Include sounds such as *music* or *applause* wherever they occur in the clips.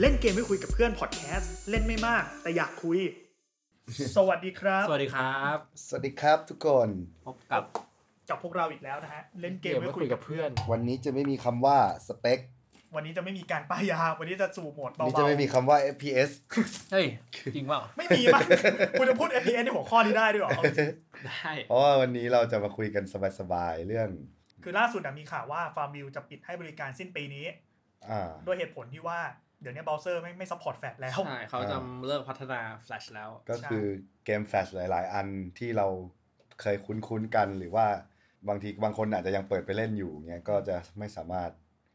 เล่นเกมไม่คุยกับเพื่อนพอดแคสต์เล่นไม่มาก แต่อยากคุย สวัสดีครับ สวัสดีครับ สวัสดีครับทุกคน พบกับ กับพวกเราอีกแล้วนะฮะเล่นเกมไม่คุยกับเพื่อน วันนี้จะไม่มีคำว่าสเปค วันนี้จะไม่มีการป้ายยา วันนี้จะสู่โหมด วัน เบา นี้จะไม่มีคำว่า FPS เฮ้ยจริงเปล่า ๆไม่มีมั้งคุณจะพูด FPS ในหัวข้อนี้ได้ด้วยเหรอเอาจริง ได้ *laughs* เพราะว่าวันนี้เราจะมาคุยกันสบายๆเรื่อง คือล่าสุดอะมีข่าวว่าฟาร์มวิวจะปิดให้บริการสิ้นปีนี้ อ่า ด้วยเหตุผลที่ว่าเดี๋ยวนี้เบราว์เซอร์ไม่ไม่ซัพพอร์ตแฟลชแล้ว ใช่เขาจะเลิกพัฒนา Flash แล้ว ก็คือเกมแฟลชหลาย ๆ อันที่เราเคยคุ้นๆกันหรือว่าบางทีบางคนอาจจะยังเปิดไปเล่นอยู่เงี้ยก็จะไม่สามารถ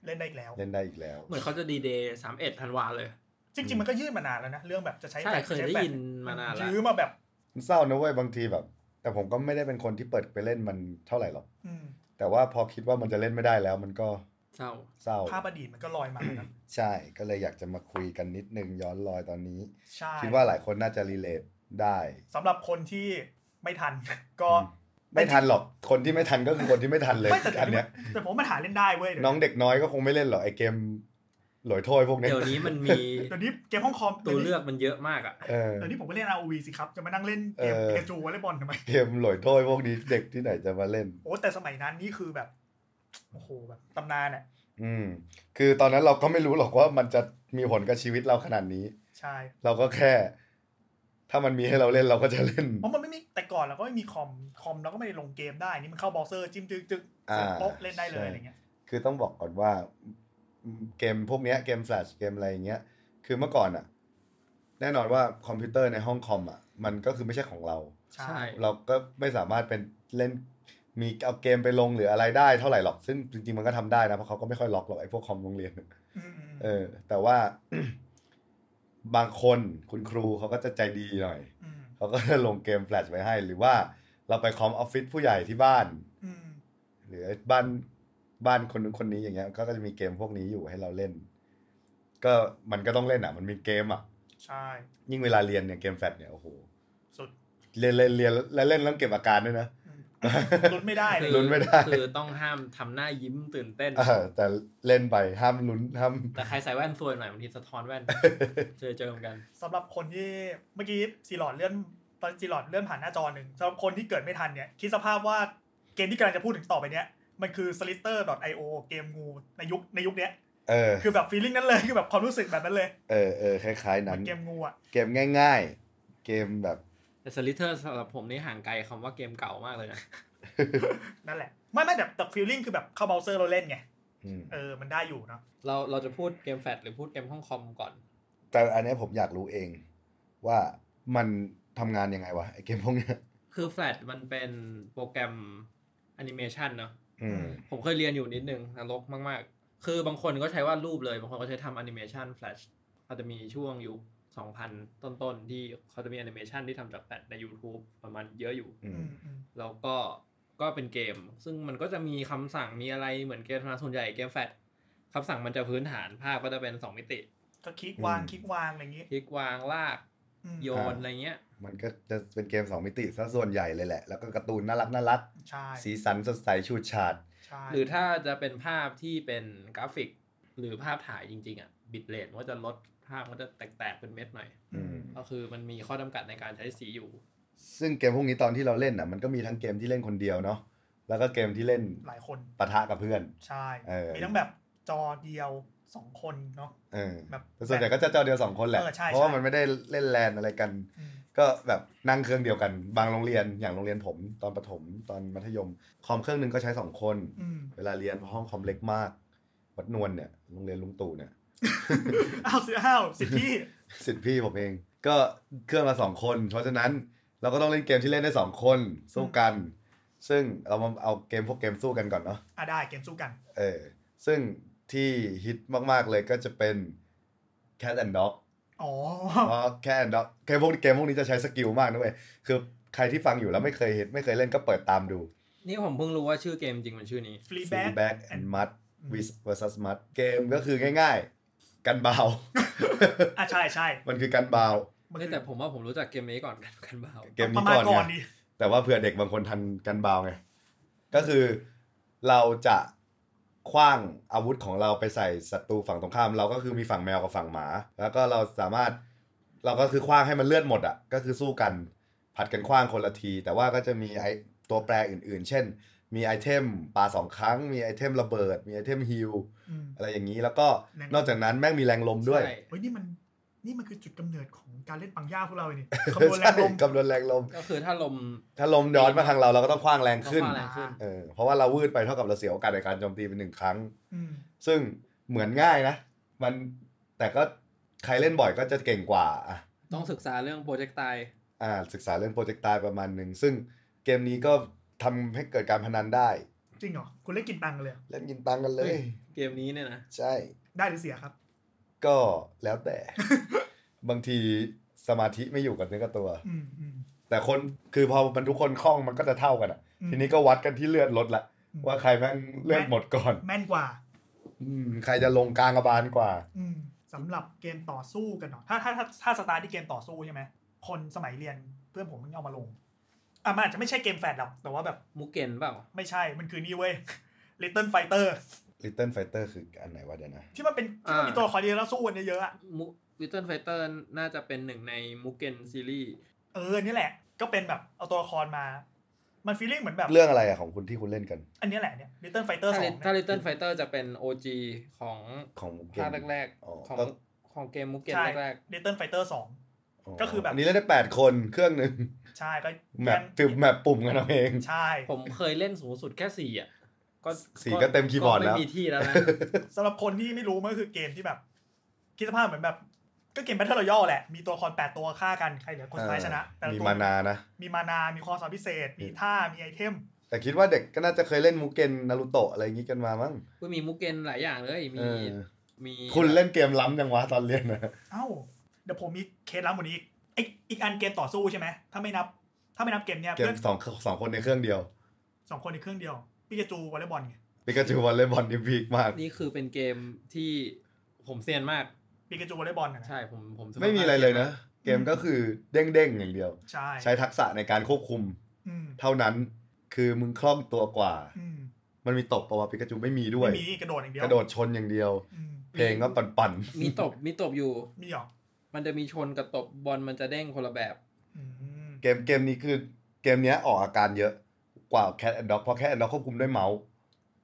เล่นได้อีกแล้ว เล่นได้อีกแล้ว เหมือนเขาจะดีเดย์สามเอ็ดธันวาเลย จริง ๆ มันก็ยื่นมานานแล้วนะ เรื่องแบบจะใช้ ใช่ แฟลช เคย ใช้แฟลได้ช ยินมานานแล้ว ยื้อมาแบบ มันเศร้านะเว้ยบางทีแบบ แต่ผมก็ไม่ได้เป็นคนที่เปิดไปเล่นมันเท่าไหร่หรอก อืม แต่ว่าพอคิดว่ามันจะเล่นไม่ได้แล้วมันก็ เศร้า เศร้า ภาพอดีตมันก็ลอยมานะ ใช่ก็เลยอยากจะมาคุยกันนิดนึงย้อนรอยตอนนี้ ใช่ คิดว่าหลายคนน่าจะรีเลทได้ สำหรับคนที่ไม่ทัน *laughs* ก็ อื ไม่ทันหรอกคนที่ไม่ทันก็คือคนที่ไม่ทันเลย ไม่แต่แต่ อันเนี้ย แต่ผมว่ามันหาเล่นได้เว้ยเดี๋ยว น้องเด็กน้อยก็คงไม่เล่นหรอกไอเกมหลอยโทยพวกเนี้ย เดี๋ยวนี้มันมี เดี๋ยวนี้เกมห้องคอม ตัวเลื ดี๋ย อกมันเยอะมากอ่ะ เออ วนี้เดี๋ยวนี้ผมก็เล่น ROV สิครับ จะมานั่งเล่นเกม เออ ปิกาจูวอลเลย์บอลทำไม เกมหลอยโทยพวกนี้เด็กที่ไหนจะมาเล่น โอ้แต่สมัยนั้นนี่คือแบบโอ้โหแบบตำนานอ่ะ อืม คือตอนนั้นเราก็ไม่รู้หรอกว่ามันจะมีผลกับชีวิตเราขนาดนี้ ใช่ เราก็แค่ ถ้ามันมีให้เราเล่นเราก็จะเล่น เพราะมันไม่มีแต่ก่อนเราก็ไม่มีคอมคอมเราก็ไม่ได้ลงเกมได้นี่มันเข้าเบราว์เซอร์จิ้มจึ๊กจึ๊ก อ่า เสร็จปุ๊บเล่นได้เลยอะไรเงี้ย คือต้องบอกก่อนว่าเกมพวกเนี้ยเกมแฟลชเกมอะไรอย่างเงี้ย คือเมื่อก่อนอะแน่นอนว่าคอมพิวเตอร์ในห้องคอมอะมันก็คือไม่ใช่ของเรา ใช่ ใช่ เราก็ไม่สามารถเป็นเล่นมีเอาเกมไปลงหรืออะไรได้เท่าไหร่หรอกซึ่งจริงๆมันก็ทำได้นะเพราะเขาก็ไม่ค่อยล็อกหรอกไอ้พวกคอมโรงเรียน อืมอืม เออ แต่ว่า *coughs* บางคนคุณครูเขาก็จะใจดีหน่อย อืม เขาก็จะลงเกมแฟลชไว้ให้ หรือว่าเราไปคอมออฟฟิศผู้ใหญ่ที่บ้าน อืม หรือบ้านบ้านคนนู้นคนนี้อย่างเงี้ยก็จะมีเกมพวกนี้อยู่ให้เราเล่น ก็มันก็ต้องเล่นอ่ะ มันมีเกมอ่ะ ใช่ ยิ่งเวลาเรียนเนี่ยเกมแฟลชเนี่ยโอ้โห สุด เรียนเล่นเรียนแล้วเล่นแล้วเก็บอาการด้วยนะ อืมลุ้นไม่ได้เลย ลุ้นไม่ได้ คือต้องห้ามทำหน้ายิ้มตื่นเต้น เออแต่เล่นไปห้ามลุ้นห้าม แต่ใครใส่แว่นซวยหน่อยบางทีสะท้อนแว่น เจอเจอเหมือนกัน สำหรับคนที่เมื่อกี้ซีหลอดเลื่อนตอนซีหลอดเลื่อนผ่านหน้าจอหนึ่งสำหรับคนที่เกิดไม่ทันเนี่ยคิดสภาพว่าเกมที่กำลังจะพูดถึงต่อไปเนี้ยมันคือ slitter.io เกมงูในยุคในยุคเนี้ย เออ คือแบบฟีลลิ่งนั้นเลยคือแบบความรู้สึกแบบนั้นเลย เออเออคล้ายๆ เหมื นั้ อน นเกมงูอ่ะ เกมง่ายๆ เกมแบบ แต่สลิเทอร์สำหรับผมนี่ห่างไกลคำว่าเกมเก่ามากเลยนะ นั่นแหละ ไม่ไม่แต่แต่ฟีลลิ่งคือแบบเข้าเบราว์เซอร์เราเล่นไง อืม เออมันได้อยู่เนาะ เราเราจะพูดเกมแฟลชหรือพูดเกมห้องคอมก่อน แต่อันเนี้ยผมอยากรู้เอง ว่ามันทำงานยังไงวะไอเกมพวกเนี้ย คือ Flash มันเป็นโปรแกรมแอนิเมชันเนาะ อืม ผมเคยเรียนอยู่นิดนึงนรกมาก ๆ คือบางคนก็ใช้วาดรูปเลย บางคนก็ใช้ทำแอนิเมชัน Flash อาจจะมีช่วงยุค2000 ต้น ๆ ที่เขาจะมีแอนิเมชันที่ทำจากแฟลชใน YouTube ประมาณเยอะอยู่ อื อื ม มอืม แล้วก็ก็เป็นเกม ซึ่งมันก็จะมีคำสั่งมีอะไรเหมือนเกมธรรมดาส่วนใหญ่เกมแฟลชคำสั่งมันจะพื้นฐานภาพก็จะเป็น 2 มิติ ก็คลิกวางคลิกวางอะไรอย่างงี้ คลิกวางลาก อืม โยนอะไรเงี้ย มันก็จะเป็นเกมสองมิติซะส่วนใหญ่เลยแหละ แล้วก็การ์ตูนน่ารักน่ารัก ใช่ สีสันสดใสชูดฉาด ใช่ หรือถ้าจะเป็นภาพที่เป็นกราฟิก หรือภาพถ่ายจริง ๆ อ่ะ บิตเรทมันก็จะลดภาพมันก็จะแตก ๆ เป็นเม็ดหน่อย อืม ก็คือมันมีข้อจำกัดในการใช้สีอยู่ ซึ่งเกมพวกนี้ตอนที่เราเล่นอ่ะ มันก็มีทั้งเกมที่เล่นคนเดียวเนาะ แล้วก็เกมที่เล่น หลายคน ปะทะกับเพื่อน ใช่ เออ มีทั้งแบบจอเดียวสองคนเนาะ เออ แบบ แต่ส่วนใหญ่ก็จะเจ้าเดียวสองคนแหละ เออใช่ เพราะว่า ใช่ มันไม่ได้เล่นแลนอะไรกัน อืม ก็แบบนั่งเครื่องเดียวกัน บางโรงเรียนอย่างโรงเรียนผมตอนประถมตอนมัธยม คอมเครื่องหนึ่งก็ใช้สองคน อืม เวลาเรียนเพราะห้องคอมเล็กมาก วัดนวลเนี่ยโรงเรียนลุงตู่เนี่ย *laughs* อ้าวสิอ้าวสิพี่ สิทธิ์พี่ผมเอง ก็เครื่องละสองคน เพราะฉะนั้นเราก็ต้องเล่นเกมที่เล่นได้สองคน สู้กัน ซึ่งเรามาเอาเกมพวกเกมสู้กันก่อนเนาะ อ่ะได้เกมสู้กัน เออซึ่งที่ฮิตมากๆเลยก็จะเป็น Cat and Dog อ๋อ เพราะแค่เนาะเกมพวกเกมพวกนี้จะใช้สกิลมากนะเว้ยคือใครที่ฟังอยู่แล้วไม่เคยเห็นไม่เคยเล่นก็เปิดตามดู นี่ผมเพิ่งรู้ว่าชื่อเกมจริงมันชื่อนี้ ฟรีแบ็ Free ก Back and Mud อืม versus Mud เกมก็คือง่ายๆ กัน *laughs* เบา อ่ะใช่ใช่ มันคือกันเบา มัน ไม่ คือ แต่ผมว่าผมรู้จักเกมนี้ก่อนกันกันบ้า เกม ประ นี้ มาณ ก่ ก่ อ อน น ไง ดิ แต่ว่าเผื่อเด็กบางคนทันกันเบาไง ก็คือเราจะ คว้างอาวุธของเราไปใส่ศัตรูฝั่งตรงข้าม เราก็คือมีฝั่งแมวกับฝั่งหมา แล้วก็เราสามารถเราก็คือคว้างให้มันเลือดหมดอ่ะก็คือสู้กันผัดกันคว้างคนละที แต่ว่าก็จะมีไอตัวแปรอื่นๆ เช่น มีไอเทมปาสองครั้ง มีไอเทมระเบิด มีไอเทมฮิล อืม อะไรอย่างนี้แล้วก็ แรงลม นอกจากนั้นแม่งมีแรงลมด้วย ใช่ เฮ้ยนี่มันนี่มันคือจุดกำเนิดของการเล่นปังย่าพวกเราเลยนี่ ใช่ คำนวณแรงลม คำนวณแรงลม ก็คือถ้าลม ถ้าลมย้อนมาทางเราเราก็ต้องคว้างแรง ก็ ขึ้น ว่าแรงขึ้น เออเพราะว่าเราวืดไปเท่ากับเราเสียโอกาสในการโจมตีเป็นหนึ่งครั้ง อืม ซึ่งเหมือนง่ายนะ มันแต่ก็ใครเล่นบ่อยก็จะเก่งกว่าอ่ะ ต้องศึกษาเรื่องโปรเจกต์ไต อ่าศึกษาเรื่องโปรเจกต์ตายประมาณหนึ่ง ซึ่งเกมนี้ก็ทำให้เกิดการพนันได้ จริงเหรอคุณเล่นกินตังกันเลยเหรอ เล่นกินตังกันเลย เกมนี้เนี่ยนะ ใช่ ได้หรือเสียครับ ก็แล้วแต่ *laughs* บางทีสมาธิไม่อยู่กับเนื้อกับตัว อืมอืม แต่คนคือพอมันทุกคนคล่องมันก็จะเท่ากันอ่ะ อืม ทีนี้ก็วัดกันที่เลือดลดละ อืม ว่าใครแม่งเลือดหมดก่อน แม่นกว่า อืมใครจะลงกลางกระบาลกว่า อืมสำหรับเกมต่อสู้กันเนาะถ้าถ้าถ้าถ้าสตาร์ทที่เกมต่อสู้ใช่ไหมคนสมัยเรียนเพื่อนผมมันเอามาลงอ่ะมันอาจจะไม่ใช่เกมแฟดหรอกแต่ว่าแบบ มุกเกนเปล่า ไม่ใช่มันคือนี่เว้ย Little Fighter Little Fighter คืออันไหนวะเดี๋ยวนะ ที่มันเป็นที่มันมี อ่า ตัวละคอยเยอะแล้วสู้กันเยอะๆอะ มุวิตเทิลไฟเตอร์น่าจะเป็นหนึ่งในมุกเกนซีรีส์ เออนี่แหละ ก็เป็นแบบเอาตัวละครมา มันฟีลลิ่งเหมือนแบบ เรื่องอะไรอะของคุณที่คุณเล่นกัน อันเนี้ยแหละเนี่ย Little Fighter สองถ้าลิ เนี่ย ถ้าลิตเติ้ลไฟเตอร์จะเป็น OG ของ ของเกม ภาคแรก อ๋อ ๆ ของ ก็ ของเกมมุกเกน ใช่ แรก Little Fighter สอง ก็คือแบบ นนี้เล่นได้แปดคนเครื่องหนึ่ง ใช่ก็ แมปติบแมปปุ่มกันเอาเอง ใช่ ๆ ผมเคยเล่นสูงสุดแค่สี่อ่ะ สี่ก็เต็มคีย์บอร์ดแล้ว ไม่มีที่แล้วนะ *laughs* สำหรับคนที่ไม่รู้มันก็คือเกมที่แบบคิดสภาพเหมือนแบบ ก็เกม Battle Royale แหละมีตัวละครแปดตัวฆ่ากันใครเหลือคนสุดท้ายชนะแต่ละ มี ตัว มานานะ มีมานา มีความสามารถพิเศษ มีท่า มีไอเทม แต่คิดว่าเด็กก็น่าจะเคยเล่นมูเกนนารูโตะอะไรอย่างงี้กันมามั้ง ก็มีมุกเกนหลายอย่างเลย เอ มี อ มี คุณเล่นเกมล้ำยังวะตอนเรียน *laughs* นะ เอ้า เดี๋ยวผมมีเคสลับกว่านี้อีกไออีกอันเกมต่อสู้ใช่ไหม ถ้าไม่นับ ถ้าไม่นับเกมเนี้ย เกม เพื่อน สองสองคนในเครื่องเดียว สองคนในเครื่องเดียว ปิกาจูวอลเลย์บอลไง ปิกาจูวอลเลย์บอลดิพีกมาก นี่คือเป็นเกมที่ผมเซียนมาก ปิกาจูวอลเลย์บอลนะนะ ใช่ผมผมสนุกาก ไม่มีอะไรเลยนะ เกมก็คือเด้งๆอย่างเดียว ใช่ ใช้ทักษะในการควบคุม อืม เท่านั้นคือมึงคล่องตัวกว่า อืม มันมีตบปะวะปิกาจูไม่มีด้วย ไม่มีกระโดดอย่างเดียว กระโดดชนอย่างเดียว อืม เพลงก็ปั่น มีตบมีตบอยู่ มีหรอ มันจะมีชนกับตบบอลมันจะเด้งคนละแบบ อืม ๆ เกมเกมนี้คือเกมเนี้ยออกอาการเยอะกว่าแค t แอนด์ด็อกเพราะแค t แอนด์ด็อกควบคุมด้วยเมาส์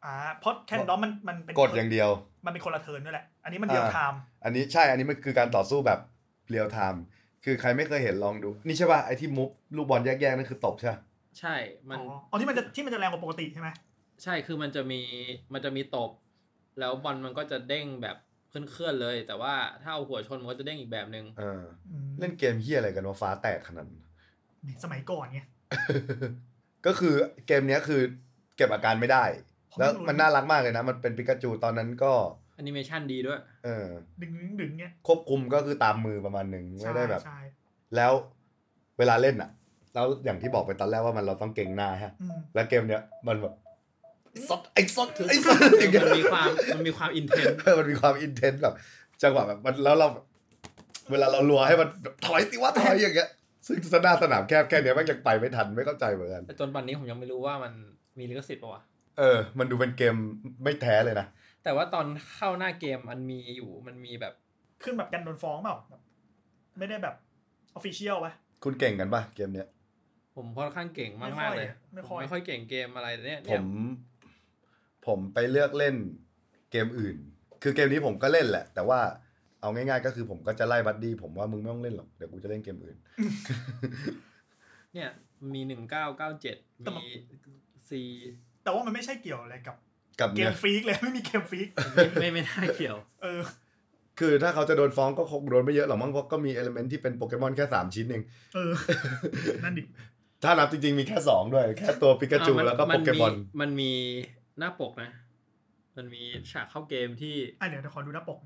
อ่าเพราะแคนดอมมันมันเป็น กดอย่างเดียว มันเป็นคนละเทิร์นด้วยแหละ อันนี้มันเดียวไทม์ อันนี้ใช่อันนี้มันคือการต่อสู้แบบเรียลไทม์คือใครไม่เคยเห็นลองดู นี่ใช่ป่ะไอ้ที่มุฟลูกบอลแยกๆนั่นคือตบใช่ปะ ใช่มัน อ๋ออ๋อที่มันจะที่มันจะแรงกว่าปกติใช่ไหม ใช่คือมันจะมีมันจะมีตบ แล้วบอลมันก็จะเด้งแบบเคลื่อนๆเลย แต่ว่าถ้าเอาหัวชนมันก็จะเด้งอีกแบบหนึ่ง เออ อืม เล่นเกมเฮียอะไรกันวะฟ้าแตกขนาดนั้น สมัยก่อนไง *laughs* ก็คือเกมเนี้ยคือเก็บอาการไม่ได้ ผมไม่ แล้ว รู้ มันน่ารักมากเลยนะ มันเป็นปิกาจูตอนนั้นก็ แอนิเมชันดีด้วย เออ ดึงดึงดึงเนี้ย ควบคุมก็คือตามมือประมาณหนึ่งไม่ได้แบบ ใช่ใช่ แล้วเวลาเล่นอ่ะ แล้วอย่างที่บอกไปตอนแรกว่ามันเราต้องเก่งหน้าฮะ อืม แล้วเกมเนี้ยมันแบบซดไอ้ซดไอ้ซ *laughs* ด คือ อย่างเงี้ย มันมีความมันมีความอินเทน เออมันมีความอินเทนส์แบบจังหวะแบบมันแล้วเราแบบเวลาเรารัวให้มันถอยสิว่าถอยอย่างเงี้ย ซึ่งสนามสนามแคบแค่เนี้ยแมันยังไปไม่ทันไม่เข้าใจเหมือนกัน แต่จนวันนี้ผมยังไม่รู้ว่ามันมีลิขสิทธิ์ปะวะ เออ มันดูเป็นเกมไม่แท้เลยนะ แต่ว่าตอนเข้าหน้าเกมมันมีอยู่มันมีแบบ ขึ้นแบบกันโดนฟ้องเปล่าแบบไม่ได้แบบออฟฟิเชียลปะ คุณเก่งกันปะเกมเนี้ย ผมค่อนข้างเก่งมาก ไม่ค่ มา อก ย เลย ไม่ ผ ค่อย ไม่ค่อยเก่งเกมอะไรเนี่ย ผ เนี่ย ม ผมไปเลือกเล่นเกมอื่น คือเกมนี้ผมก็เล่นแหละ แต่ว่าเอาง่ายๆ ก็คือผมก็จะไล่บัดดี้ผมว่ามึงไม่ต้องเล่นหรอก เดี๋ยวกูจะเล่นเกมอื่น เนี่ยมีหนึ่งเก้าเก้าเจ็ดมีซี แต่ว่ามันไม่ใช่เกี่ยวอะไรกับ กับ เก เนี่ ม ย ฟรีกเลย *laughs* ไม่มีเกมฟรีก ไม่ไม่ไม่น่าเกี่ยว เออ คือถ้าเขาจะโดนฟ้องก็คงโดนไม่เยอะหรอกมั้ง เพราะก็มีเอลเมนที่เป็นโปเกมอนแค่ 3 ชิ้นเอง เออ นั่นดิ ถ้านับจริงๆ มีแค่ 2 ด้วย แค่ตัวปิกาจู อ่ะน แล้วก็โปเกมอน *laughs* มันมีหน้าปกนะ มันมีฉากเข้าเกมที่ อ่ะเดี๋ยวเดี๋ยวขอดูหน้าปก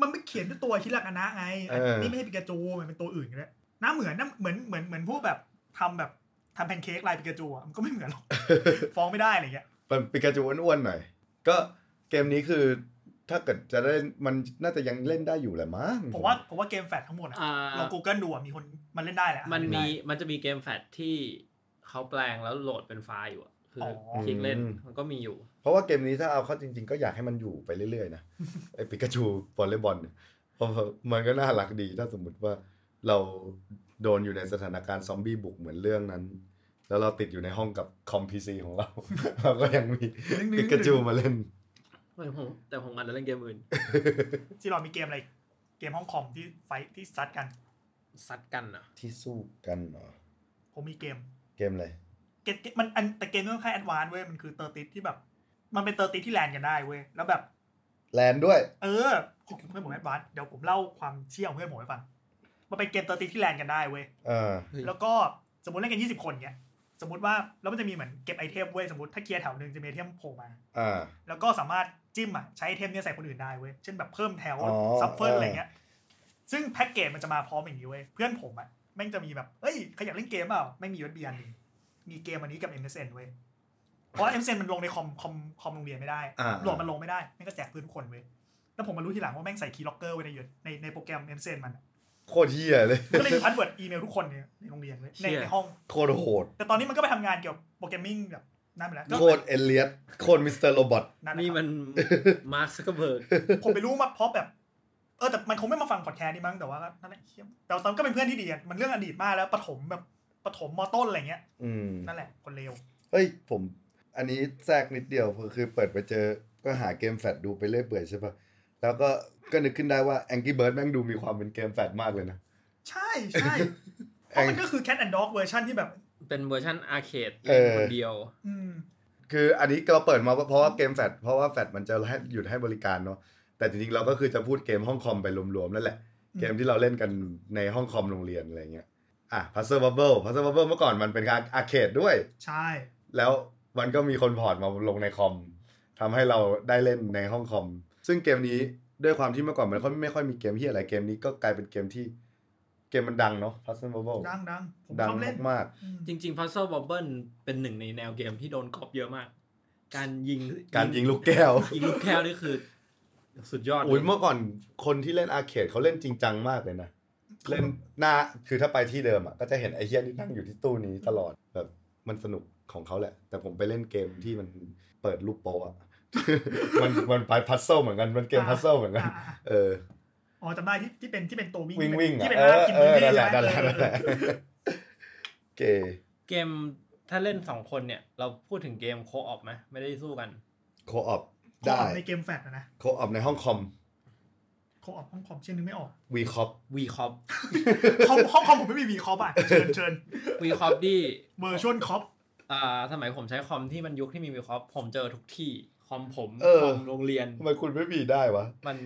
มันไม่เขียนด้วยตัวฮิรักานะไง เอออั นนี่ไม่ใช่ปิกาจูมันเป็นตัวอื่นกันแล้วหน้าเหมือนหน้าเหมือนเหมือนเหมือนพวกแบบทำแบบทำแพนเค้กลายปิกาจูอ่ะมันก็ไม่เหมือนหรอก ฟ้องไม่ได้อะไรเงี้ย เป็นปิกาจูอ้วนๆหน่อย ก็เกมนี้คือถ้าเกิดจะเล่นมันน่าจะยังเล่นได้อยู่แหละมั้ง ผมว่าผมว่าเกมแฟดทั้งหมดอ่ะ อ่า ลอง Google ดูอ่ะมีคนมันเล่นได้แหละ มัน เล่ มี ได้ มันจะมีเกมแฟลชที่เขาแปลงแล้วโหลดเป็นไฟล์อยู่อะ คืออ อ คลิกเล่น อืม มันก็มีอยู่ เพราะว่าเกมนี้ถ้าเอาเข้าจริง ๆ ก็อยากให้มันอยู่ไปเรื่อย *laughs* ๆนะ ไอ้ปิกาจูวอลเลย์บอลเนี่ยเพราะว่ามันก็น่ารักดี ถ้าสมมุติว่าเราโดนอยู่ในสถานการณ์ซอมบี้บุกเหมือนเรื่องนั้น แล้วเราติดอยู่ในห้องกับคอมพีซีของเรา *laughs* เราก็ยังมีปิกาจูมาเล่น ไม่ผมแต่ผมอาจจะเล่นเกมอื่น ซีหลอดมีเกมอะไรอีกเกมห้องคอมที่ไฟท์ที่ซัดกัน ซัดกันอ่ะ ที่สู้กันเหรอ ผมมีเกม เกมอะไร เกมเกมมันอันแต่เกมมันค่อนข้างแอดวานซ์เว้ยมันคือเตอร์ติสที่แบบ มันเป็นเตอร์ติสที่แลนกันได้เว้ยแล้วแบบ แลนด้วย เออของเพื่อนผมแอดวานซ์เดี๋ยวผมเล่าความเชี่ยวของเพื่อนผมให้ฟังมันเป็นเกมเตอร์ติสที่แลนกันได้เว้ย เออ เฮ้ย แล้วก็สมมติเล่นกัน 20 คนเนี้ย สมมติว่าแล้วมันจะมีเหมือนเก็บไอเทมเว้ยสมมติถ้าเคลียร์แถวหนึ่งจะมีไอเทมโผล่มา อ่า แล้วก็สามารถจิ้มอ่ะใช้ไอเทมเนี้ยใส่คนอื่นได้เว้ยเช่นแบบเพิ่มแถว อ๋อ ซับเฟิร์ เอออ อะไรเงี้ยซึ่งแพ็กเกจมันจะมาพร้อมอย่างนี้เว้ยเพื่อนผมอ่ะแม่งจะมีแบบเอ้ยใครอยากเล่นเกมเปล่าไม่มียูเอสบีอันหนึงมีเกมอันนี้กับ MSN เว้ยเพราะ MSN มันลงในคอมคอมคอมโรงเรียนไม่ได้ อ่า โหลดมันลงไม่ได้แม่งก็แจกเพื่อนทุกคนเว้ยแล้วผมมารู้ทีหลังว่าแม่งใส่คีย์ล็อกเกอร์ไว้ในยูในในโปรแกรม MSN มันอะ โคตรเฮียเลย ก็เลยมีพาสเวิร์ดอีเมลทุกคนเนี่ยในโรงเรียนเว้ยใน เชี่ย ในห้อง *laughs* โคตรโหด แต่ตอนนี้มันก็ไปทำงานเกี่ยวกับโปรแกรมมิ่งแบบนั่นไปแล้วก็ โคตรเอเลียสโคตรมิสเตอร์โรบอท นั่นแหละ นี่มันมาร์คซักเบิร์ก ครับผมไปรู้มาเพราะแบบ เออแต่มันคงไม่มาฟังพอดแคสต์นี่มั้งแต่ว่าก็นั่นแหละเหี้ยแต่ตอนก็เป็นเพื่อนที่ดีอะมันเรื่องอดีตมากแล้วปฐมแบบปฐมมอต้นอะไรเงี้ย อืม นั่นแหละคนเลว เฮ้ยผม อันนี้แทรกนิดเดียวคือเปิดไปเจอก็หาเกมแฟดดูไปเรื่อยเปื่อยใช่ปะแล้วก็ก็นึกขึ้นได้ว่า Angry Bird แม่งดูมีความเป็นเกมแฟดมากเลยนะ ใช่ใช่เพราะมัน *laughs* ก็คือ Cat and Dog เวอร์ชันที่แบบ เป็นเวอร์ชันอาร์เคด เอ เล่น อ คนเดียว อืม คืออันนี้เราเปิดมาเพราะว่าเกมแฟดเพราะว่าแฟดมันจะให้หยุดให้บริการเนาะแต่จริงๆเราก็คือจะพูดเกมห้องคอมไปรวมๆนั่นแหละ เกมที่เราเล่นกันในห้องคอมโรงเรียนอะไรเงี้ยอ่ะ Puzzle Bubble Puzzle Bubble เมื่อก่อนมันเป็นการอาร์เคดด้วย ใช่ แล้วมันก็มีคนพอร์ตมาลงในคอมทำให้เราได้เล่นในห้องคอม ซึ่งเกมนี้ด้วยความที่เมื่อก่อนมันก็ไม่ค่อยมีเกมที่อะไรเกมนี้ก็กลายเป็นเกมที่เกมมันดังเนาะ Puzzle Bubble ดังดังผม ดั ช ง อบเล่น มาก อืม จริง ๆ Puzzle Bobble เป็นหนึ่งในแนวเกมที่โดนก๊อปเยอะมาก การยิง ๆการยิงลูกแก้ว ยิงลูกแก้วนี่คือ สุดยอด อุ้ยเมื่อก่อนคนที่เล่นอาร์เคดเขาเล่นจริงจังมากเลยนะ เล่นหน้าคือถ้าไปที่เดิมอ่ะก็จะเห็นไอ้เฮียนี่นั่งอยู่ที่ตู้นี้ตลอดแบบมันสนุกของเขาแหละ แต่ผมไปเล่นเกมที่มันเปิดลูกโป๊ะ *laughs* อะ มันมันไปพัซเซิลเหมือนกันมันเกมพัซเซิลเหมือนกัน อ่ะอ่ะ เออ อ๋อจำได้ที่ที่เป็นที่เป็นตัววิ่ง วิ่งวิ่งๆอ่ะ ที่เป็น เอ หน้า อ กิน เอ พื้น อ ที่ นั่นแหละ ใช่ นั่น ไห แห ม ละนั่นแหละเก เกมถ้าเล่นสองคนเนี่ย เราพูดถึงเกมโคออฟไหมไม่ได้สู้กัน โคออป เออ ได้ ในเกมแฟลชอะนะ โคออปในห้องคอม เขาออกห้องคอมเช่นนึงไม่ออก วีคอป วีคอป ห้องห้องคอมผมไม่มีวีคอปอ่ะเชิญเชิญ วีคอปที่ เวอร์ชวลคอป อ่าสมัยผมใช้คอมที่มันยุคที่มีวีคอปผมเจอทุกที่คอมผม เออ คอมโรงเรียน ทำไมคุณไม่มีได้วะ มัน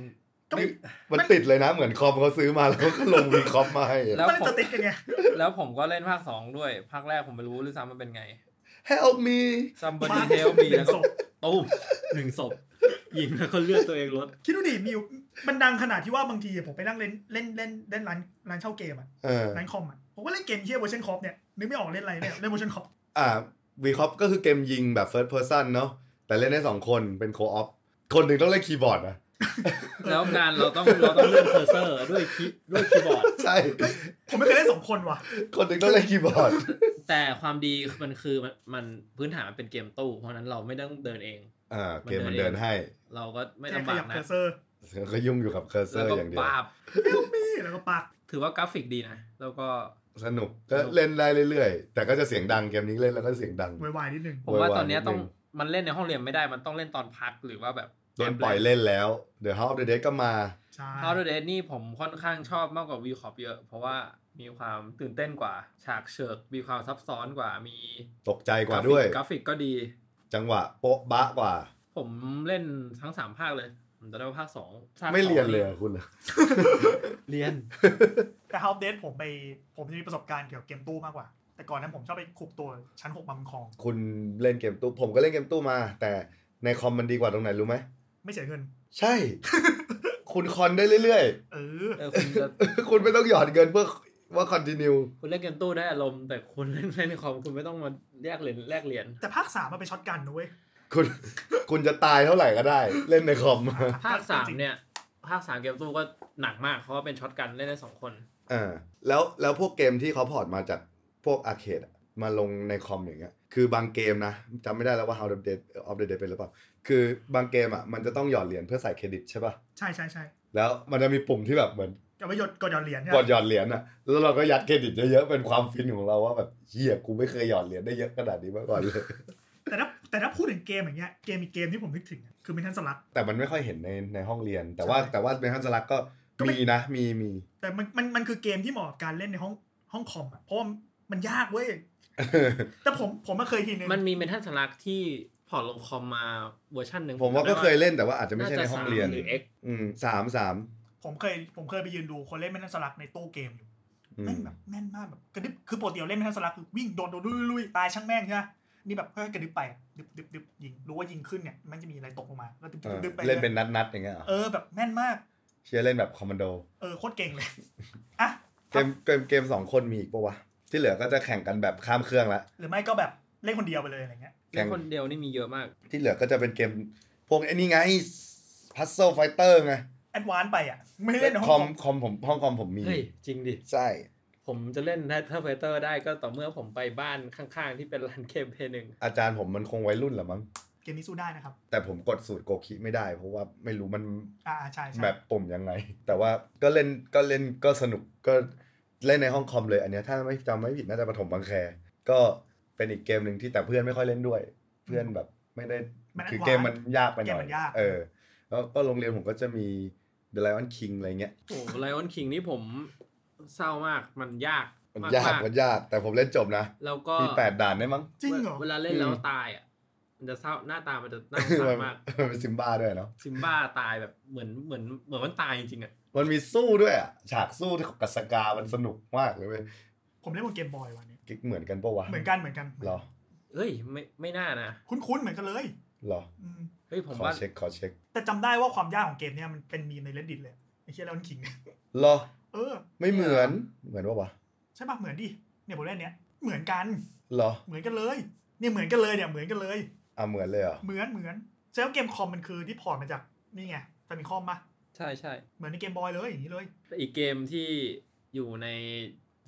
ก็มี มันติดเลยนะ เหมือนคอมเขาซื้อมาแล้วเขาก็ล *laughs* งวีคอปมาให้อะ แล้ว มันเล่น ผม ตัวติดกันไง แล้วผมก็เล่นภาคสองด้วย ภาคแรกผมไม่รู้หรือซ้ำมันเป็นไง Help me *laughs* somebody help me แล้วก็ตู้มหนึ่งศพยิงแล้วก็เลือดตัวเองลด คิดดูดิมิวมันดังขนาดที่ว่าบางทีผมไปนั่งเล่นเล่นเล่นเล่นร้านร้านเช่าเกมอ่ะ เออ ร้านคอมอ่ะผมก็เล่นเกมเชียร์เวอร์ชันคอปเนี่ยนึกไม่ออกเล่นอะไรเนี่ยเล่นเวอร์ชันคอป อ่าวีคอปก็คือเกมยิงแบบ first person เนาะแต่เล่นได้สองคนเป็นโคออปคนหนึ่งต้องเล่นคีย์บอร์ดนะ *laughs* แล้วงานเราต้องเราต้องเลื่อนเคอร์เซอร์ด้วยคีย์ด้วยคีย์บอร์ด ใช่ ผมไม่เคยเล่นสองคนว่ะ คนหนึ่งต้องเล่นคีย์บอร์ด แต่ความดีมันคือมันมันพื้นฐานมันเป็นเกมตู้ เพราะฉะนั้นเราไม่ต้องเดินเอง อ่าเกมมันเดินให้ เราก็ไม่ แค่ขลำบาก ยับเคนะอร์เซอร์ แล้วก็ยุ่งอยู่กับเคอร์เซอ แล้ว ร์ ก็ อย่างเดียว ปาบ นี่แล้วก็ปัก ถือว่ากราฟิกดีนะ แล้วก็ สนุกก็เล่นได้เรื่อยๆ แต่ก็จะเสียงดังเกมนี้เล่นแล้วก็เสียงดัง วายๆนิดนึง ผมว่า โวยวาย ตอนเนี้ย นิดนึง ต้องมันเล่นในห้องเรียนไม่ได้มันต้องเล่นตอนพักหรือว่าแบบ โดนปล่อยเล่นแล้วเดี๋ยว How of the Dead ก็มา ใช่ เฮาเดนี่ผมค่อนข้างชอบมากกว่าวีคอปเยอะ เพราะว่ามีความตื่นเต้นกว่าฉากเฉิกมีความซับซ้อนกว่ามี ตกใจกว่าด้วย กราฟิกก็ดี จังหวะโป๊ะบะกว่า ผมเล่นทั้งสามภาคเลยผมจะได้ว่าภาคสองภาค ไม่ สอง เรียนเลยอะคุณเหรอ เรียน แต่ Half d a t ผมไปผมจะมีประสบการณ์เกี่ยวกับเกมตู้มากกว่า แต่ก่อนนั้นผมชอบไปขุกตัวชั้นหกมังคอง คุณเล่นเกมตู้ผมก็เล่นเกมตู้มา แต่ในคอมมันดีกว่าตรงไหนรู้ไหม ไม่เสียเงิน ใช่ *laughs* คุณคอนได้เรื่อย เออ เออคุณจะ ๆ *laughs* คุณไม่ต้องหยอดเงินเพื่อว่าคอนติเนีย คุณเล่นเกมตู้ได้อารมณ์แต่คุณเล่นเล่นในคอมคุณไม่ต้องมาแลกเหรียญแลกเหรียญ แต่ภาคสามมันเป็นช็อตกันนะเว้ย คุณ *laughs* คุณจะตายเท่าไหร่ก็ได้ เล่นในคอม ภาคสามเนี่ยภาคสามเกมตู้ก็หนักมากเพราะว่าเป็นช็อตกันเล่นได้สองคน อ่าแล้วแล้วพวกเกมที่เขาพอร์ตมาจากพวกอาร์เคด มาลงในคอมอย่างเงี้ย คือบางเกมนะจำไม่ได้แล้วว่า How the Dead of the Dead เป็นหรือเปล่า คือบางเกมอ่ะมันจะต้องหยอดเหรียญเพื่อใส่เครดิตใช่ป่ะ ใช่ใช่ใช่ แล้วมันจะมีปุ่มที่แบบเหมือน จะไม่หยดกดหยอดเหรียญเนี่ย กดหยอดเหรียญอ่ะ แล้วเราก็ยัดเครดิตเยอะๆ เป็นความฟินของเราว่าแบบเฮียกูไม่เคยหยอดเหรียญได้เยอะขนาดนี้มาก่อนเลย *laughs* แต่ถ้าแต่ถ้าพูดถึงเกมอย่างเงี้ยเกมอีกเกมที่ผมนึกถึงอะคือมินทันสลัก แต่มันไม่ค่อยเห็นในในห้องเรียน แต่ว่า ใช่ แต่ว่าเป็นฮันสลักก็ ก็ไม่ มีนะ มีมี *laughs* แต่มันมันมันคือเกมที่เหมาะกับการเล่นในห้องห้องคอมอะเพราะว่ามันยากเว้ยแต่ผมผมมาเคยทีนึง มันมีเมทัลสลักที่พอร์ตลงคอมมาเวอร์ชันหนึ่ง ผมว่าก็ จำได้ เคยเล่นแต่ว่าอาจจะไม่ใช่ า ในห้องเรียน สามหรือ X อืมสามสาม ผมเคยผมเคยไปยืนดูคนเล่นมินทันสลักในตู้เกมอยู่ อื แม่ง ม แบบแม่นมากแบบกระดึบคือปกติเราเล่นมินทันสลักคือวิ่งโดนโดนลุยลุยตายช่างแม่งใช่ไหมนี่แบบค่อยๆกระดึบไปดึบดึบดึบยิงรู้ว่ายิงขึ้นเนี่ยมันจะมีอะไรตกลงมาแล้วดึบ เอ ดึ อบ ดึบไป เล่นเป็นนัดนัดๆอย่างเงี้ยเหรอ เออแบบแม่นมาก เชียร์เล่นแบบคอมมานโด เออโคตรเก่งเลย *laughs* อ่ะ เกมเกมเกมสองคนมีอีกปะวะ ที่เหลือก็จะแข่งกันแบบข้ามเครื่องละ หรือไม่ก็แบบเล่นคนเดียวไปเลยอะไรเงี้ย เล่นคนเดียวนี่มีเยอะมาก ที่เหลือก็จะเป็นเกม พวกไอ้นี่ไงพัซเซิลไฟเตอร์ไง แอดวานซ์ไปอ่ะไม่ได้เล่นในห้อง ค ค อ อ ม ม คอมผมห้องคอมผมมี เฮ้ย จริงดิ ใช่ ผมจะเล่นถ้าเฟเตอร์ได้ก็ต่อเมื่อผมไปบ้านข้างๆ ที่เป็น *laughs* ร้านเกมเพย์หนึ่ง อาจารย์ผมมันคงวัยรุ่นแหละมั้ง เกมนี้สู้ได้นะครับ แต่ผมกดสูตรโกคิไม่ได้ เพราะว่าไม่รู้มัน อ่าใช่ใช่ แบบปุ่มยังไง แต่ว่าก็เล่นก็เล่นก็สนุกก็เล่นในห้องคอมเลย อันเนี้ยถ้าไม่จำไม่ผิดน่าจะปฐมบางแค ก็เป็นอีกเกมหนึ่งที่แต่เพื่อนไม่ค่อยเล่นด้วย เพื่อนแบบไม่ได้ มัน คือ advanced เกมมันยากไปหน่ เกม อ มั ย นยาก เออแล้วก็โรงเรียนผมก็จะมี The Lion King อะไรเงี้ย โอ้ไลออนคิงนี่ผมเศร้ามากมันยาก มัน มาย าก ก มันยาก แต่ผมเล่นจบนะ ๆแล้วก็ มีแปดด่านได้มั้ง จริงเหรอ เวลาเล่นแล้ว อืม ตายอ่ะมันจะเศร้าหน้าตามันจะน่าสงสารมาก *laughs* มันเป็นซิมบ้าด้วยเนาะ ซิมบ้าตายแบบเหมือนเหมือนเหมือนมันตายจริงๆอ่ะ มันมีสู้ด้วยอะฉากสู้ที่กับสกา มันสนุกมากเลยเว้ย ผมเล่นบนเกมบอยวันนี้ กิ๊กเหมือนกันปะวะ เหมือนกันเหมือนกัน เหรอ เอ้ยไม่ไม่น่านะ คุ้นๆเหมือนกันเลย เหรอ อืม เฮ้ยผม ขอ ว่า เช็คขอเช็ค แต่จำได้ว่าความยากของเกมเนี่ยมันเป็นมีมใน reddit เลยไอ้เชี่ยแล้วมันขิง เหรอ เออ ไม่เหมือนเหมือนปะวะ ใช่ปะเหมือนดิเนี่ยผมเล่นเนี้ยเหมือนกัน เหรอ เหมือนกันเลยเนี่ยเหมือนกันเลยเนี่ยเหมือนกันเลย อ่ะเหมือนเลยเหรอ เหมือนเหมือนเซลเกมคอมมันคือที่พอร์ตมาจากนี่ไงฟามิคอมปะ ใช่ใช่ เหมือนในเกมบอยเลยอย่างนี้เลย แต่อีกเกมที่อยู่ใน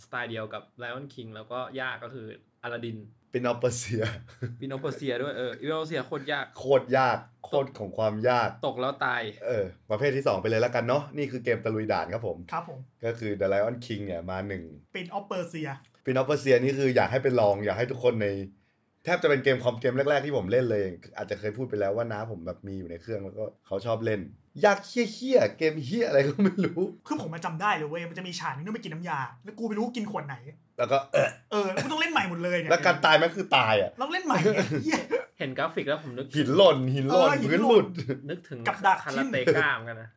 สไตล์เดียวกับ Lion King แล้วก็ยากก็คืออลาดิน เป็นออปเปอร์เซีย *laughs* วินโอเปเซียด้วยเออวินโอเปเซียโคตรยาก โคตรยากโคตรของความยาก ตกแล้วตาย เออ ประเภทที่ 2 ไปเลยแล้วกันเนาะนี่คือเกมตะลุยด่านครับผม ครับผม ก็คือ The Lion King เนี่ยมาหนึ่ง เป็นออฟเปอร์เซีย เป็นออปเปอร์เซียนี่คืออยากให้ไปลองอยากให้ทุกคนใน แทบจะเป็นเกมคอมเกมแรก ๆ ที่ผมเล่นเลย อาจจะเคยพูดไปแล้วว่าน้าผมแบบมีอยู่ในเครื่องแล้วก็เขาชอบเล่น ยากเฮี้ยๆเกมเฮี้ยอะไรก็ไม่รู้ คือผมมาจำได้เลยเว้ยมันจะมีฉากนึงต้องไปกินน้ำยาแล้วกูไม่รู้กินขวดไหน แล้วก็ *laughs* เออ เออแล้วกูต้องเล่นใหม่หมดเลยเนี่ย แล้วการตายมันคือตายอ่ะ เราเล่นใหม่เนี่ยเหี้ย เห็นกราฟิกแล้วผมนึก หินหล่นหินหล่น เออหิน พื้น ห ห ล่ ลุ น ด นึกถึง กับดัก คาราเต ทิ่ม ก้าเหมอนกันนะ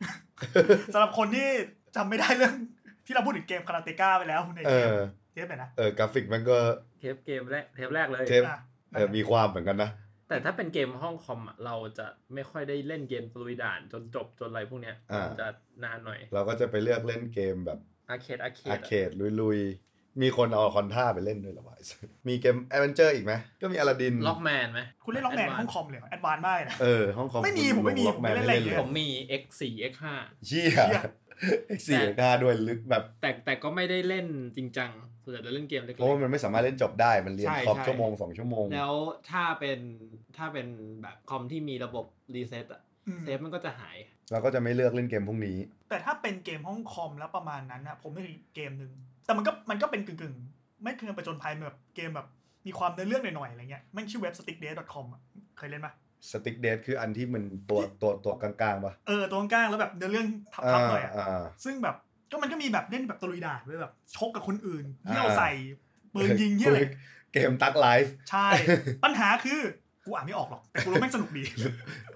สำหรับคนที่จำไม่ได้เรื่อง *laughs* ที่เราพูดถึงเกมคาราเตก้าไปแล้วใน เอ เทป อ เทปไหนนะ เออกราฟิกมันก็ เทปเกมแรกเทปแรกเลย เทป อ่ะ เออมีความเหมือนกันนะ แต่ถ้าเป็นเกมห้องคอมอะเราจะไม่ค่อยได้เล่นเกมตะลุยด่านจนจบจนอะไรพวกเนี้ย อ่า จะนานหน่อย เราก็จะไปเลือกเล่นเกมแบบ อาเคดอาเค อา ด เคดลุยๆ มีคนเอาคอนท่าไปเล่นด้วยเหรอวะ *laughs* มีเกมแอดเวนเจอร์อีกไหม ก็มีอลาดิน ล็อกแมนไหม คุณเล่นล็อกแมน Advance ห้องคอมเลยเหรอแอดวานซ์มากเลยนะ เออห้องคอม ไม่มีผมไม่มี ล็อกแมผนมไม่ ให้ เล่นเล่อะไรอยย่านเลงเงี้ย ผมมี X4 X5 เชี่ย เหี้ย X4 หน้าด้วยลึกแบบ แต่แต่ก็ไม่ได้เล่นจริงจังส่วนใหญ่จะเล่นเกมเล็ก เพราะว่ามันไม่สามารถเล่นจบได้ มันเรียน ใช่ คอม ใช่ ชั่วโมงสองชั่วโมง ๆแล้วถ้าเป็นถ้าเป็นแบบคอมที่มีระบบรีเซ็ตอะ อืม เซฟมันก็จะหาย เราก็จะไม่เลือกเล่นเกมพวกนี้ แต่ถ้าเป็นเกมห้องคอมแล้วประมาณนั้นนะผมนึกถึงเกมหนึ่งแต่มันก็มันก็เป็นกึ่งๆ ไม่เคือประจนภัยแบบเกมแบบมีความเนื้อเรื่องหน่อยๆอะไรเงี้ยแม่งชื่อเว็บ stickday.com อ่ะเคยเล่นปะ สติ๊กเดทคืออันที่มันตัวตัวตัวกลางๆปะ เออตัวกลางๆแล้วแบบเนื้อเรื่อง อ่า ทับๆหน่อยอะ อ่า ซึ่งแบบก็มันก็มีแบบเล่นแบบตะลุยด่านด้วยแบบชกกับคนอื่นเยี่ยว อ่า ใส่ปืนยิงเยี่ยอะไร เกมตักไลฟ์ ใช่ ปัญหาคือกูอ่านไม่ออกหรอก แต่กูรู้แม่งสนุก *laughs* ดี